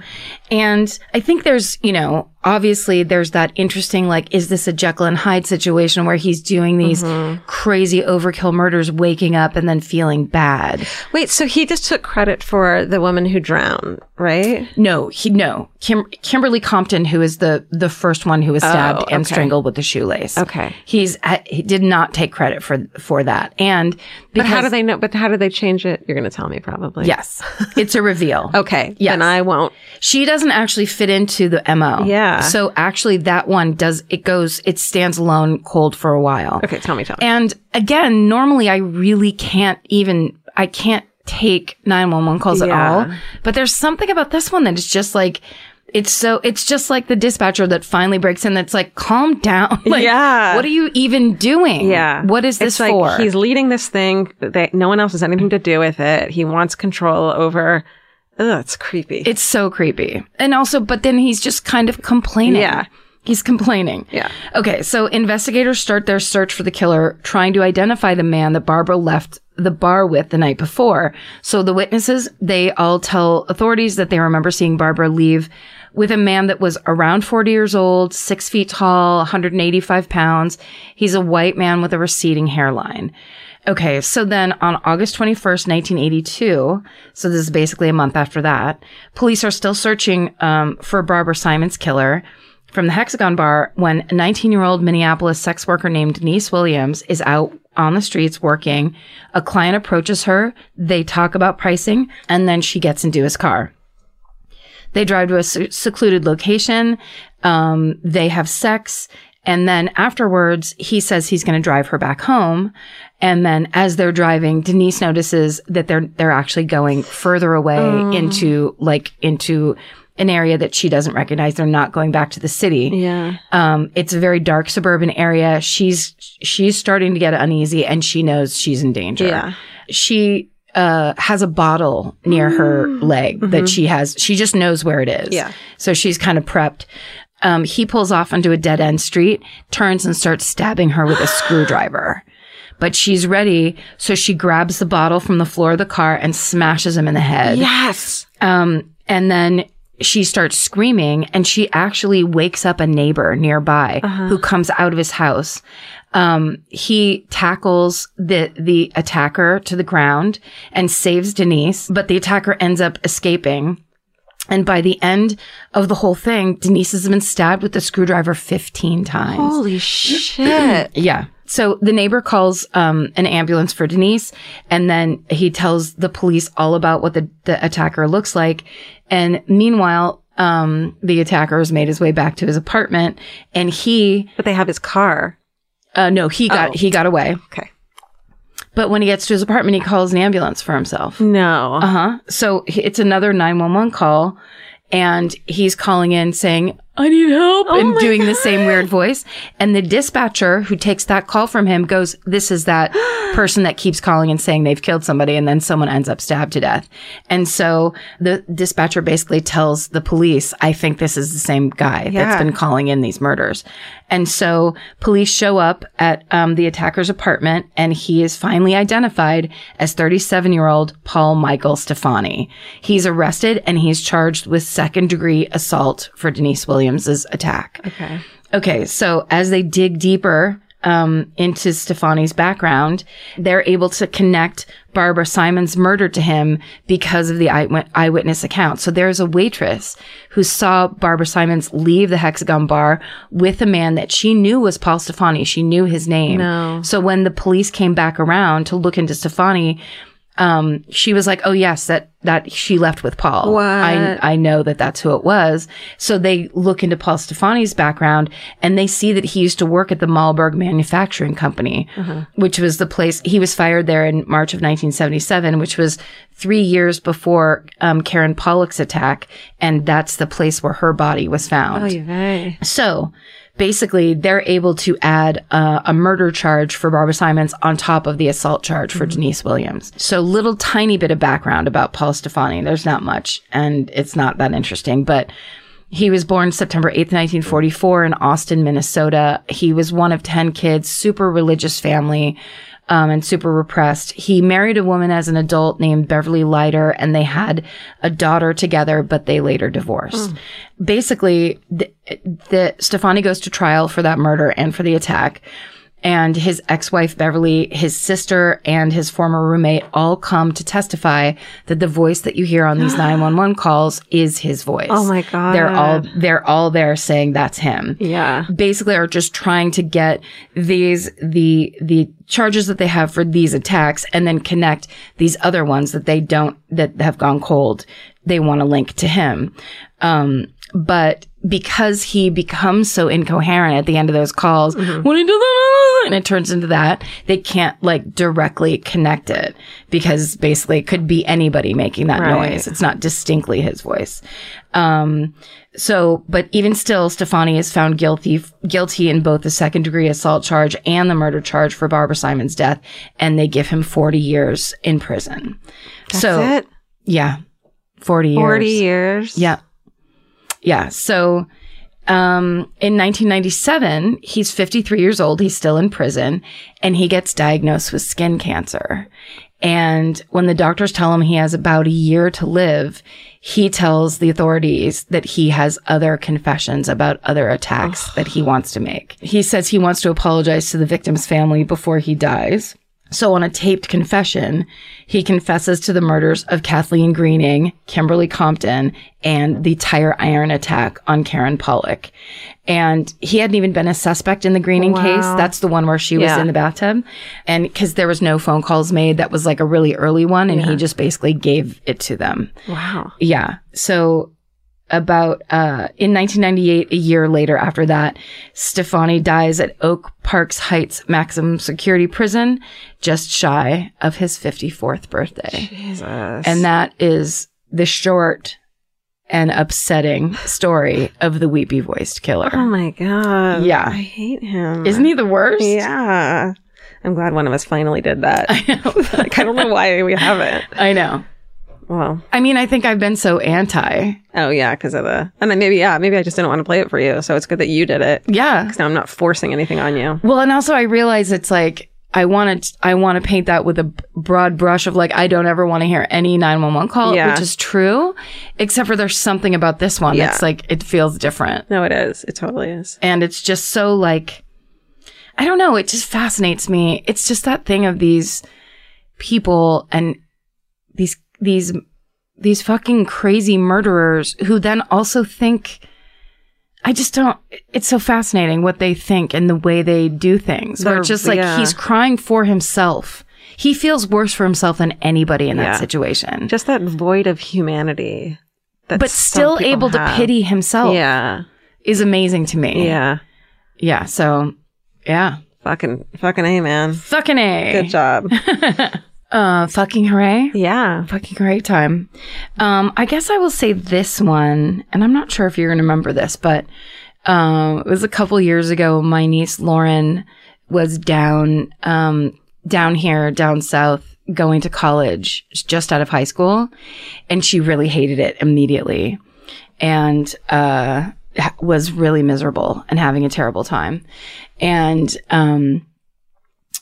And I think there's, you know, obviously there's that interesting, like, is this a Jekyll and Hyde situation where he's doing these
Mm-hmm.
crazy overkill murders, waking up and then feeling bad?
wait, so he just took credit for the woman who drowned, right?
No, he, no. Kim, Kimberly Compton, who is the, the first one who was stabbed and
Oh, okay.
strangled with the shoelace.
Okay.
He's, uh, he did not take credit for, for that. And
But
because,
how do they know? But how do they change it? You're going to tell me probably.
yes, it's a reveal.
Okay.
Yes.
Then I won't.
She doesn't actually fit into the MO.
Yeah.
So actually that one does, it goes, it stands alone cold for a while.
Okay. Tell me. Tell me.
And again, normally I really can't even, I can't take 911 calls at all. But there's something about this one that is just like, it's so, it's just like the dispatcher that finally breaks in that's like, calm down. Like,
Yeah.
What are you even doing?
yeah.
What is this
It's like
for?
He's leading this thing that no one else has anything to do with it. He wants control over. Ugh, it's creepy.
it's so creepy. And also, but then he's just kind of complaining.
Yeah.
He's complaining.
Yeah.
Okay, so investigators start their search for the killer, trying to identify the man that Barbara left the bar with the night before. So the witnesses, they all tell authorities that they remember seeing Barbara leave with a man that was around 40 years old, six feet tall, 185 pounds. He's a white man with a receding hairline. Okay, so then on August 21st, 1982, so this is basically a month after that, police are still searching um, for Barbara Simon's killer from the Hexagon Bar when a 19 year old Minneapolis sex worker named Denise Williams is out on the streets working. A client approaches her, they talk about pricing, and then she gets into his car. They drive to a se- secluded location, um, they have sex, And then afterwards, he says he's going to drive her back home. And then as they're driving, Denise notices that they're they're actually going further away
Oh.
into like into an area that she doesn't recognize. They're not going back to the city.
Yeah.
Um, it's a very dark suburban area. She's she's starting to get uneasy, and she knows she's in danger.
Yeah.
She uh, has a bottle near her leg that she has. She just knows where it is.
Mm. Mm-hmm. Yeah.
So she's kind of prepped. Um, he pulls off onto a dead end street, turns and starts stabbing her with a screwdriver. But she's ready, so she grabs the bottle from the floor of the car and smashes him in the head.
Yes.
Um, and then she starts screaming and she actually wakes up a neighbor nearby
Uh-huh.
who comes out of his house. Um, he tackles the, the attacker to the ground and saves Denise, but the attacker ends up escaping. And by the end of the whole thing, Denise has been stabbed with a screwdriver 15 times.
Holy shit.
Yeah. So the neighbor calls um, an ambulance for Denise, and then he tells the police all about what the, the attacker looks like. And meanwhile, um, the attacker has made his way back to his apartment, and he
But they have his car.
uh, no he got
Oh.
he got away.
Okay.
But when he gets to his apartment, he calls an ambulance for himself.
No.
Uh huh. So h- it's another 911 call, and he's calling in saying, I need help,
Oh
and doing the same weird voice. And the dispatcher who takes that call from him goes, This is that person that keeps calling and saying they've killed somebody, and then someone ends up stabbed to death. And so the dispatcher basically tells the police, I think this is the same guy that's
Yeah.
been calling in these murders. And so police show up at um, the attacker's apartment and he is finally identified as 37 year old Paul Michael Stefani. He's arrested and he's charged with second degree assault for Denise Williams's attack. Okay. Okay. So as they dig deeper, um, into Stefani's background, they're able to connect Barbara Simon's murder to him because of the eyewit- eyewitness account. So there's a waitress who saw Barbara Simons leave the Hexagon Bar with a man that she knew was Paul Stefani. She knew his name.
No.
So when the police came back around to look into Stefani, um, she was like, "Oh yes, that that she left with Paul. I
What?
I know that that's who it was." So they look into Paul Stefani's background and they see that he used to work at the Malberg Manufacturing Company, which was the place he was fired there in March of 1977, which was three years before um, Karen Pollock's attack, and that's the place where her body was found.
Right.
So basically, they're able to add uh, a murder charge for Barbara Simons on top of the assault charge for Denise Williams. So little tiny bit of background about Paul Stefani. There's not much, and it's not that interesting, but. He was born September 8th, 1944 in Austin, Minnesota. He was one of 10 kids, super religious family, um, and super repressed. He married a woman as an adult named Beverly Leiter, and they had a daughter together, but they later divorced. Basically, the, the Stefani goes to trial for that murder and for the attack. And his ex-wife Beverly, his sister, and his former roommate all come to testify that the voice that you hear on these 911 calls is his voice.
Oh my God.
They're all they're all there saying that's him.
Yeah.
Basically are just trying to get these the the charges that they have for these attacks and then connect these other ones that they don't that have gone cold. They want to link to him. Um but because he becomes so incoherent at the end of those calls, when he does that, ah, and it turns into that, they can't like directly connect it because basically it could be anybody making that
Right.
noise. It's not distinctly his voice. Um, so, but even still, Stefani is found guilty guilty in both the second degree assault charge and the murder charge for Barbara Simon's death, and they give him forty years in prison. so,
That's it.
yeah, forty years.
40 years.
Yeah, yeah. So, um, in 1997, he's 53 years old. He's still in prison, and he gets diagnosed with skin cancer. And when the doctors tell him he has about a year to live, he tells the authorities that he has other confessions about other attacks that he wants to make. He says he wants to apologize to the victim's family before he dies. So on a taped confession, he confesses to the murders of Kathleen Greening, Kimberly Compton, and the tire iron attack on Karen Pollock. And he hadn't even been a suspect in the Greening case. That's the one where she was
Yeah.
in the bathtub. And because there was no phone calls made, that was like a really early one. And he just basically gave it to them.
Wow.
Yeah. So about uh, in 1998, a year later after that, Stefani dies at Oak Parks Heights Maximum Security Prison, just shy of his 54th birthday. And that is the short and upsetting story of the weepy voiced killer.
Oh my god.
Yeah.
I hate him.
Isn't he the worst?
Yeah. I'm glad one of us finally did that.
I know.
like I don't know why we haven't.
I know.
Well,
I mean, I think I've been so anti.
oh yeah, because of the and then maybe yeah, maybe I just didn't want to play it for you. So it's good that you did it.
Yeah.
'Cause now I'm not forcing anything on you.
Well, and also I realize it's like I want to I want to paint that with a b- broad brush of like I don't ever want to hear any 911 call,
Yeah.
which is true, except for there's something about this one
Yeah.
that's like it feels different.
No, it is. It totally is.
And it's just so like I don't know, it just fascinates me. It's just that thing of these people and these these these fucking crazy murderers who then also think I just don't it's so fascinating what they think and the way they do things. where it's
They're-
just like
yeah.
he's crying for himself. He feels worse for himself than anybody in
Yeah.
that situation.
Just that void of humanity. That
but
some
still
people
able to
have.
pity himself
Yeah.
is amazing to me.
Yeah.
Yeah. So yeah.
Fucking fucking A man.
Fucking A.
Good job.
Uh, fucking hooray.
yeah.
Fucking great time. Um, I guess I will say this one, and I'm not sure if you're going to remember this, but um, it was a couple years ago. My niece Lauren was down, um, down here, down south, going to college, just out of high school, and she really hated it immediately, and uh, ha- was really miserable and having a terrible time, and um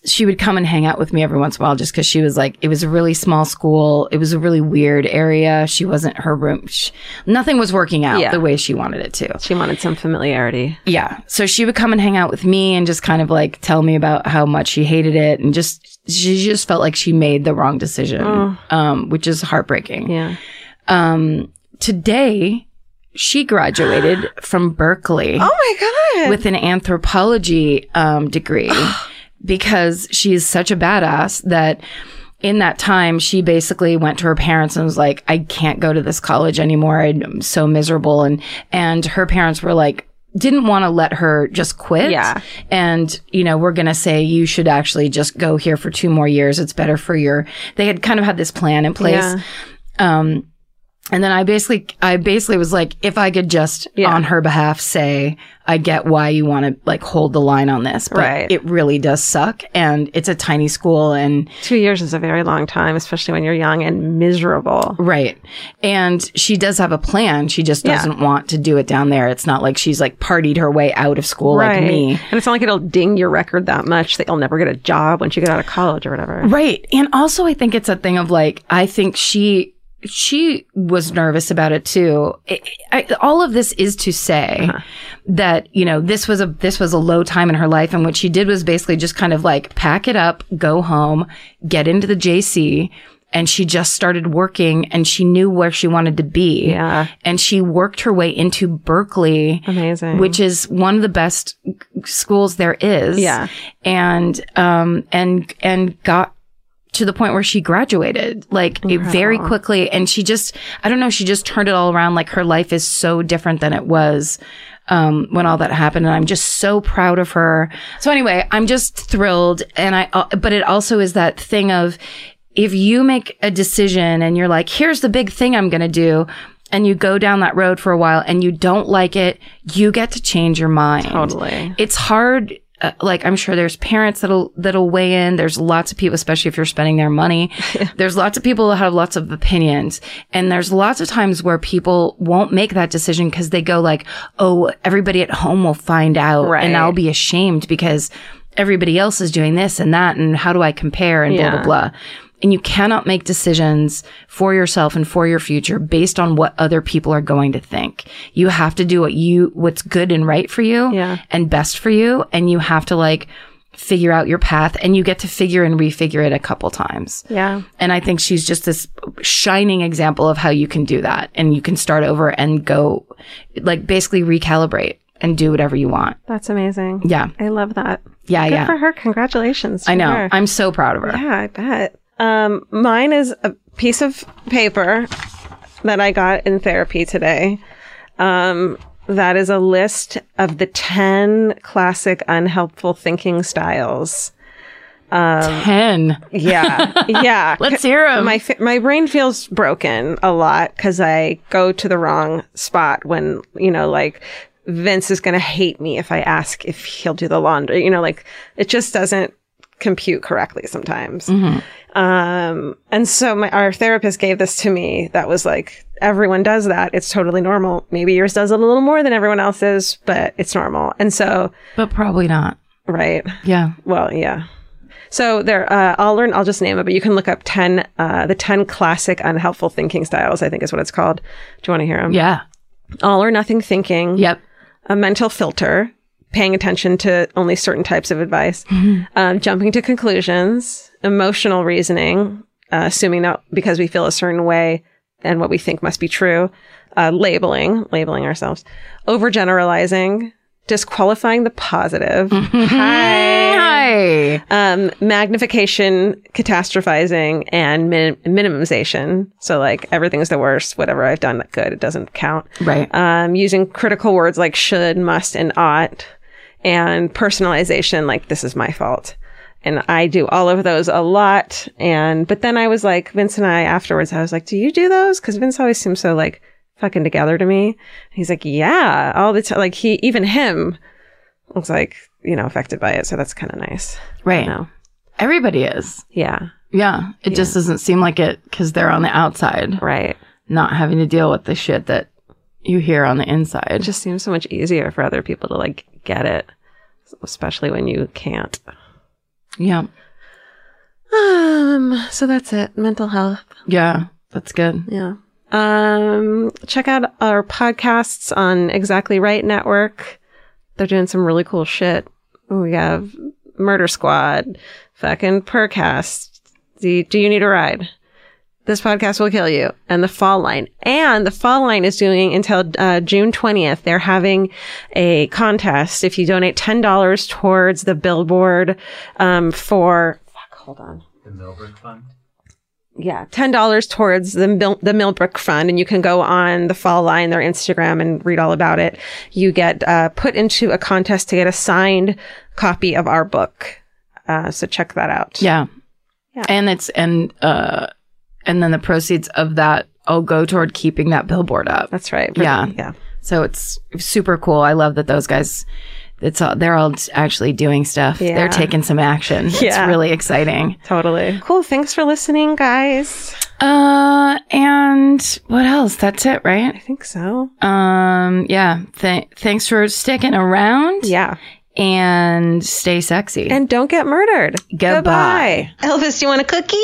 she would come and hang out with me every once in a while just because she was like it was a really small school it was a really weird area she wasn't her room sh nothing was working out
Yeah.
the way she wanted it to
She wanted some familiarity.
yeah so she would come and hang out with me and just kind of like tell me about how much she hated it and just she just felt like she made the wrong decision um, which is heartbreaking
Yeah.
um, today she graduated from berkeley
Oh my god.
with an anthropology um, degree because she is such a badass that in that time she basically went to her parents and was like i can't go to this college anymore i'm so miserable and and her parents were like didn't want to let her just quit
Yeah.
and you know we're going to say you should actually just go here for two more years it's better for your they had kind of had this plan in place
Yeah.
um and then I basically, I basically was like, if I could just
Yeah.
on her behalf say, I get why you want to like hold the line on this, but
Right.
it really does suck. And it's a tiny school and
Two years is a very long time, especially when you're young and miserable.
right. And she does have a plan. She just
Yeah.
doesn't want to do it down there. It's not like she's like partied her way out of school like me.
And it's not like it'll ding your record that much that you'll never get a job once you get out of college or whatever.
Right. And also I think it's a thing of like I think she she was nervous about it too. I I, all of this is to say
Uh-huh.
that, you know, this was a this was a low time in her life and what she did was basically just kind of like pack it up, go home, get into the JC and she just started working and she knew where she wanted to be.
Yeah.
And she worked her way into Berkeley
Amazing.
which is one of the best g- schools there is.
Yeah.
And, um, and, and got to the point where she graduated, like it very quickly. And she just, I don't know, she just turned it all around. Like her life is so different than it was. Um, when all that happened, and I'm just so proud of her. So anyway, I'm just thrilled, and I. Uh, but it also is that thing of if you make a decision and you're like, here's the big thing I'm going to do, and you go down that road for a while and you don't like it, you get to change your mind.
Totally.
It's hard. Uh, like I'm sure there's parents that'll that'll weigh in. There's lots of people, especially if you're spending their money. there's lots of people that have lots of opinions, and there's lots of times where people won't make that decision because they go like, "Oh, everybody at home will find out,
Right.
and I'll be ashamed because everybody else is doing this and that, and how do I compare?" And blah
Yeah.
blah blah. And you cannot make decisions for yourself and for your future based on what other people are going to think. You have to do what you, what's good and right for you
Yeah.
and best for you. And you have to like figure out your path and you get to figure and refigure it a couple times.
Yeah.
And I think she's just this shining example of how you can do that and you can start over and go like basically recalibrate and do whatever you want.
That's amazing.
Yeah.
I love that.
Yeah.
Good
yeah.
for her. Congratulations. to
I know.
her.
I'm so proud of her.
Yeah, I bet. Um, mine is a piece of paper that I got in therapy today. Um, that is a list of the 10 classic unhelpful thinking styles.
10.
Yeah. Yeah.
Let's hear 'em.
My, fa- my brain feels broken a lot because I go to the wrong spot when, you know, like Vince is going to hate me if I ask if he'll do the laundry. You know, like it just doesn't compute correctly sometimes.
Mm-hmm.
Um, and so my, our therapist gave this to me that was like, everyone does that. It's totally normal. Maybe yours does it a little more than everyone else's, but it's normal. And so,
But probably not.
right.
Yeah.
Well, yeah. So there, uh, I'll learn. I'll just name it, but you can look up ten, uh, the ten classic unhelpful thinking styles. I think is what it's called. Do you want to hear them?
Yeah.
All or nothing thinking.
Yep.
A mental filter. Paying attention to only certain types of advice.
Mm-hmm.
Um, jumping to conclusions. Emotional reasoning. Uh, assuming that because we feel a certain way and what we think must be true. Uh, labeling. Labeling ourselves. Overgeneralizing. Disqualifying the positive. Hi
Hey.
um, magnification, catastrophizing, and min- minimization. So, like, everything's the worst. Whatever I've done that good, it doesn't count.
Right.
Um, using critical words like should, must, and ought, and personalization, like, this is my fault. And I do all of those a lot. And, but then I was like, Vince and I afterwards, I was like, do you do those? Cause Vince always seems so like fucking together to me. He's like, yeah, all the time. Like, he, even him was like, you know, affected by it. So that's kind of nice.
Right.
No.
Everybody is.
Yeah,
Yeah. It just doesn't seem like it because they're on the outside,
right.
not having to deal with the shit that you hear on the inside.
It just seems so much easier for other people to like get it, especially when you can't.
yeah.
Um, so that's it. Mental health.
Yeah. That's good.
Yeah. Um, check out our podcasts on Exactly Right Network. They're doing some really cool shit. We have Murder Squad, fucking Percast. Do, do you need a ride? This podcast will kill you. And the Fall Line. And the Fall Line is doing until uh, June 20th. They're having a contest. If you donate $10 towards the billboard um, for yeah, ten dollars towards the Mil- the Millbrook Fund, and you can go on the Fall Line, their Instagram, and read all about it. You get uh, put into a contest to get a signed copy of our book, uh, so check that out.
Yeah. And it's, and, uh, and then the proceeds of that all go toward keeping that billboard up.
that's right. For-
Yeah.
yeah,
So it's super cool. I love that those guys. It's all, they're all actually doing stuff.
Yeah.
They're taking some action.
Yeah.
It's really exciting.
totally cool. Thanks for listening, guys.
Uh, and what else? That's it,
I
right?
think so.
Um, yeah. Th- thanks for sticking around.
Yeah,
And stay sexy.
and don't get murdered.
Goodbye.
Goodbye.
Elvis, you want a cookie?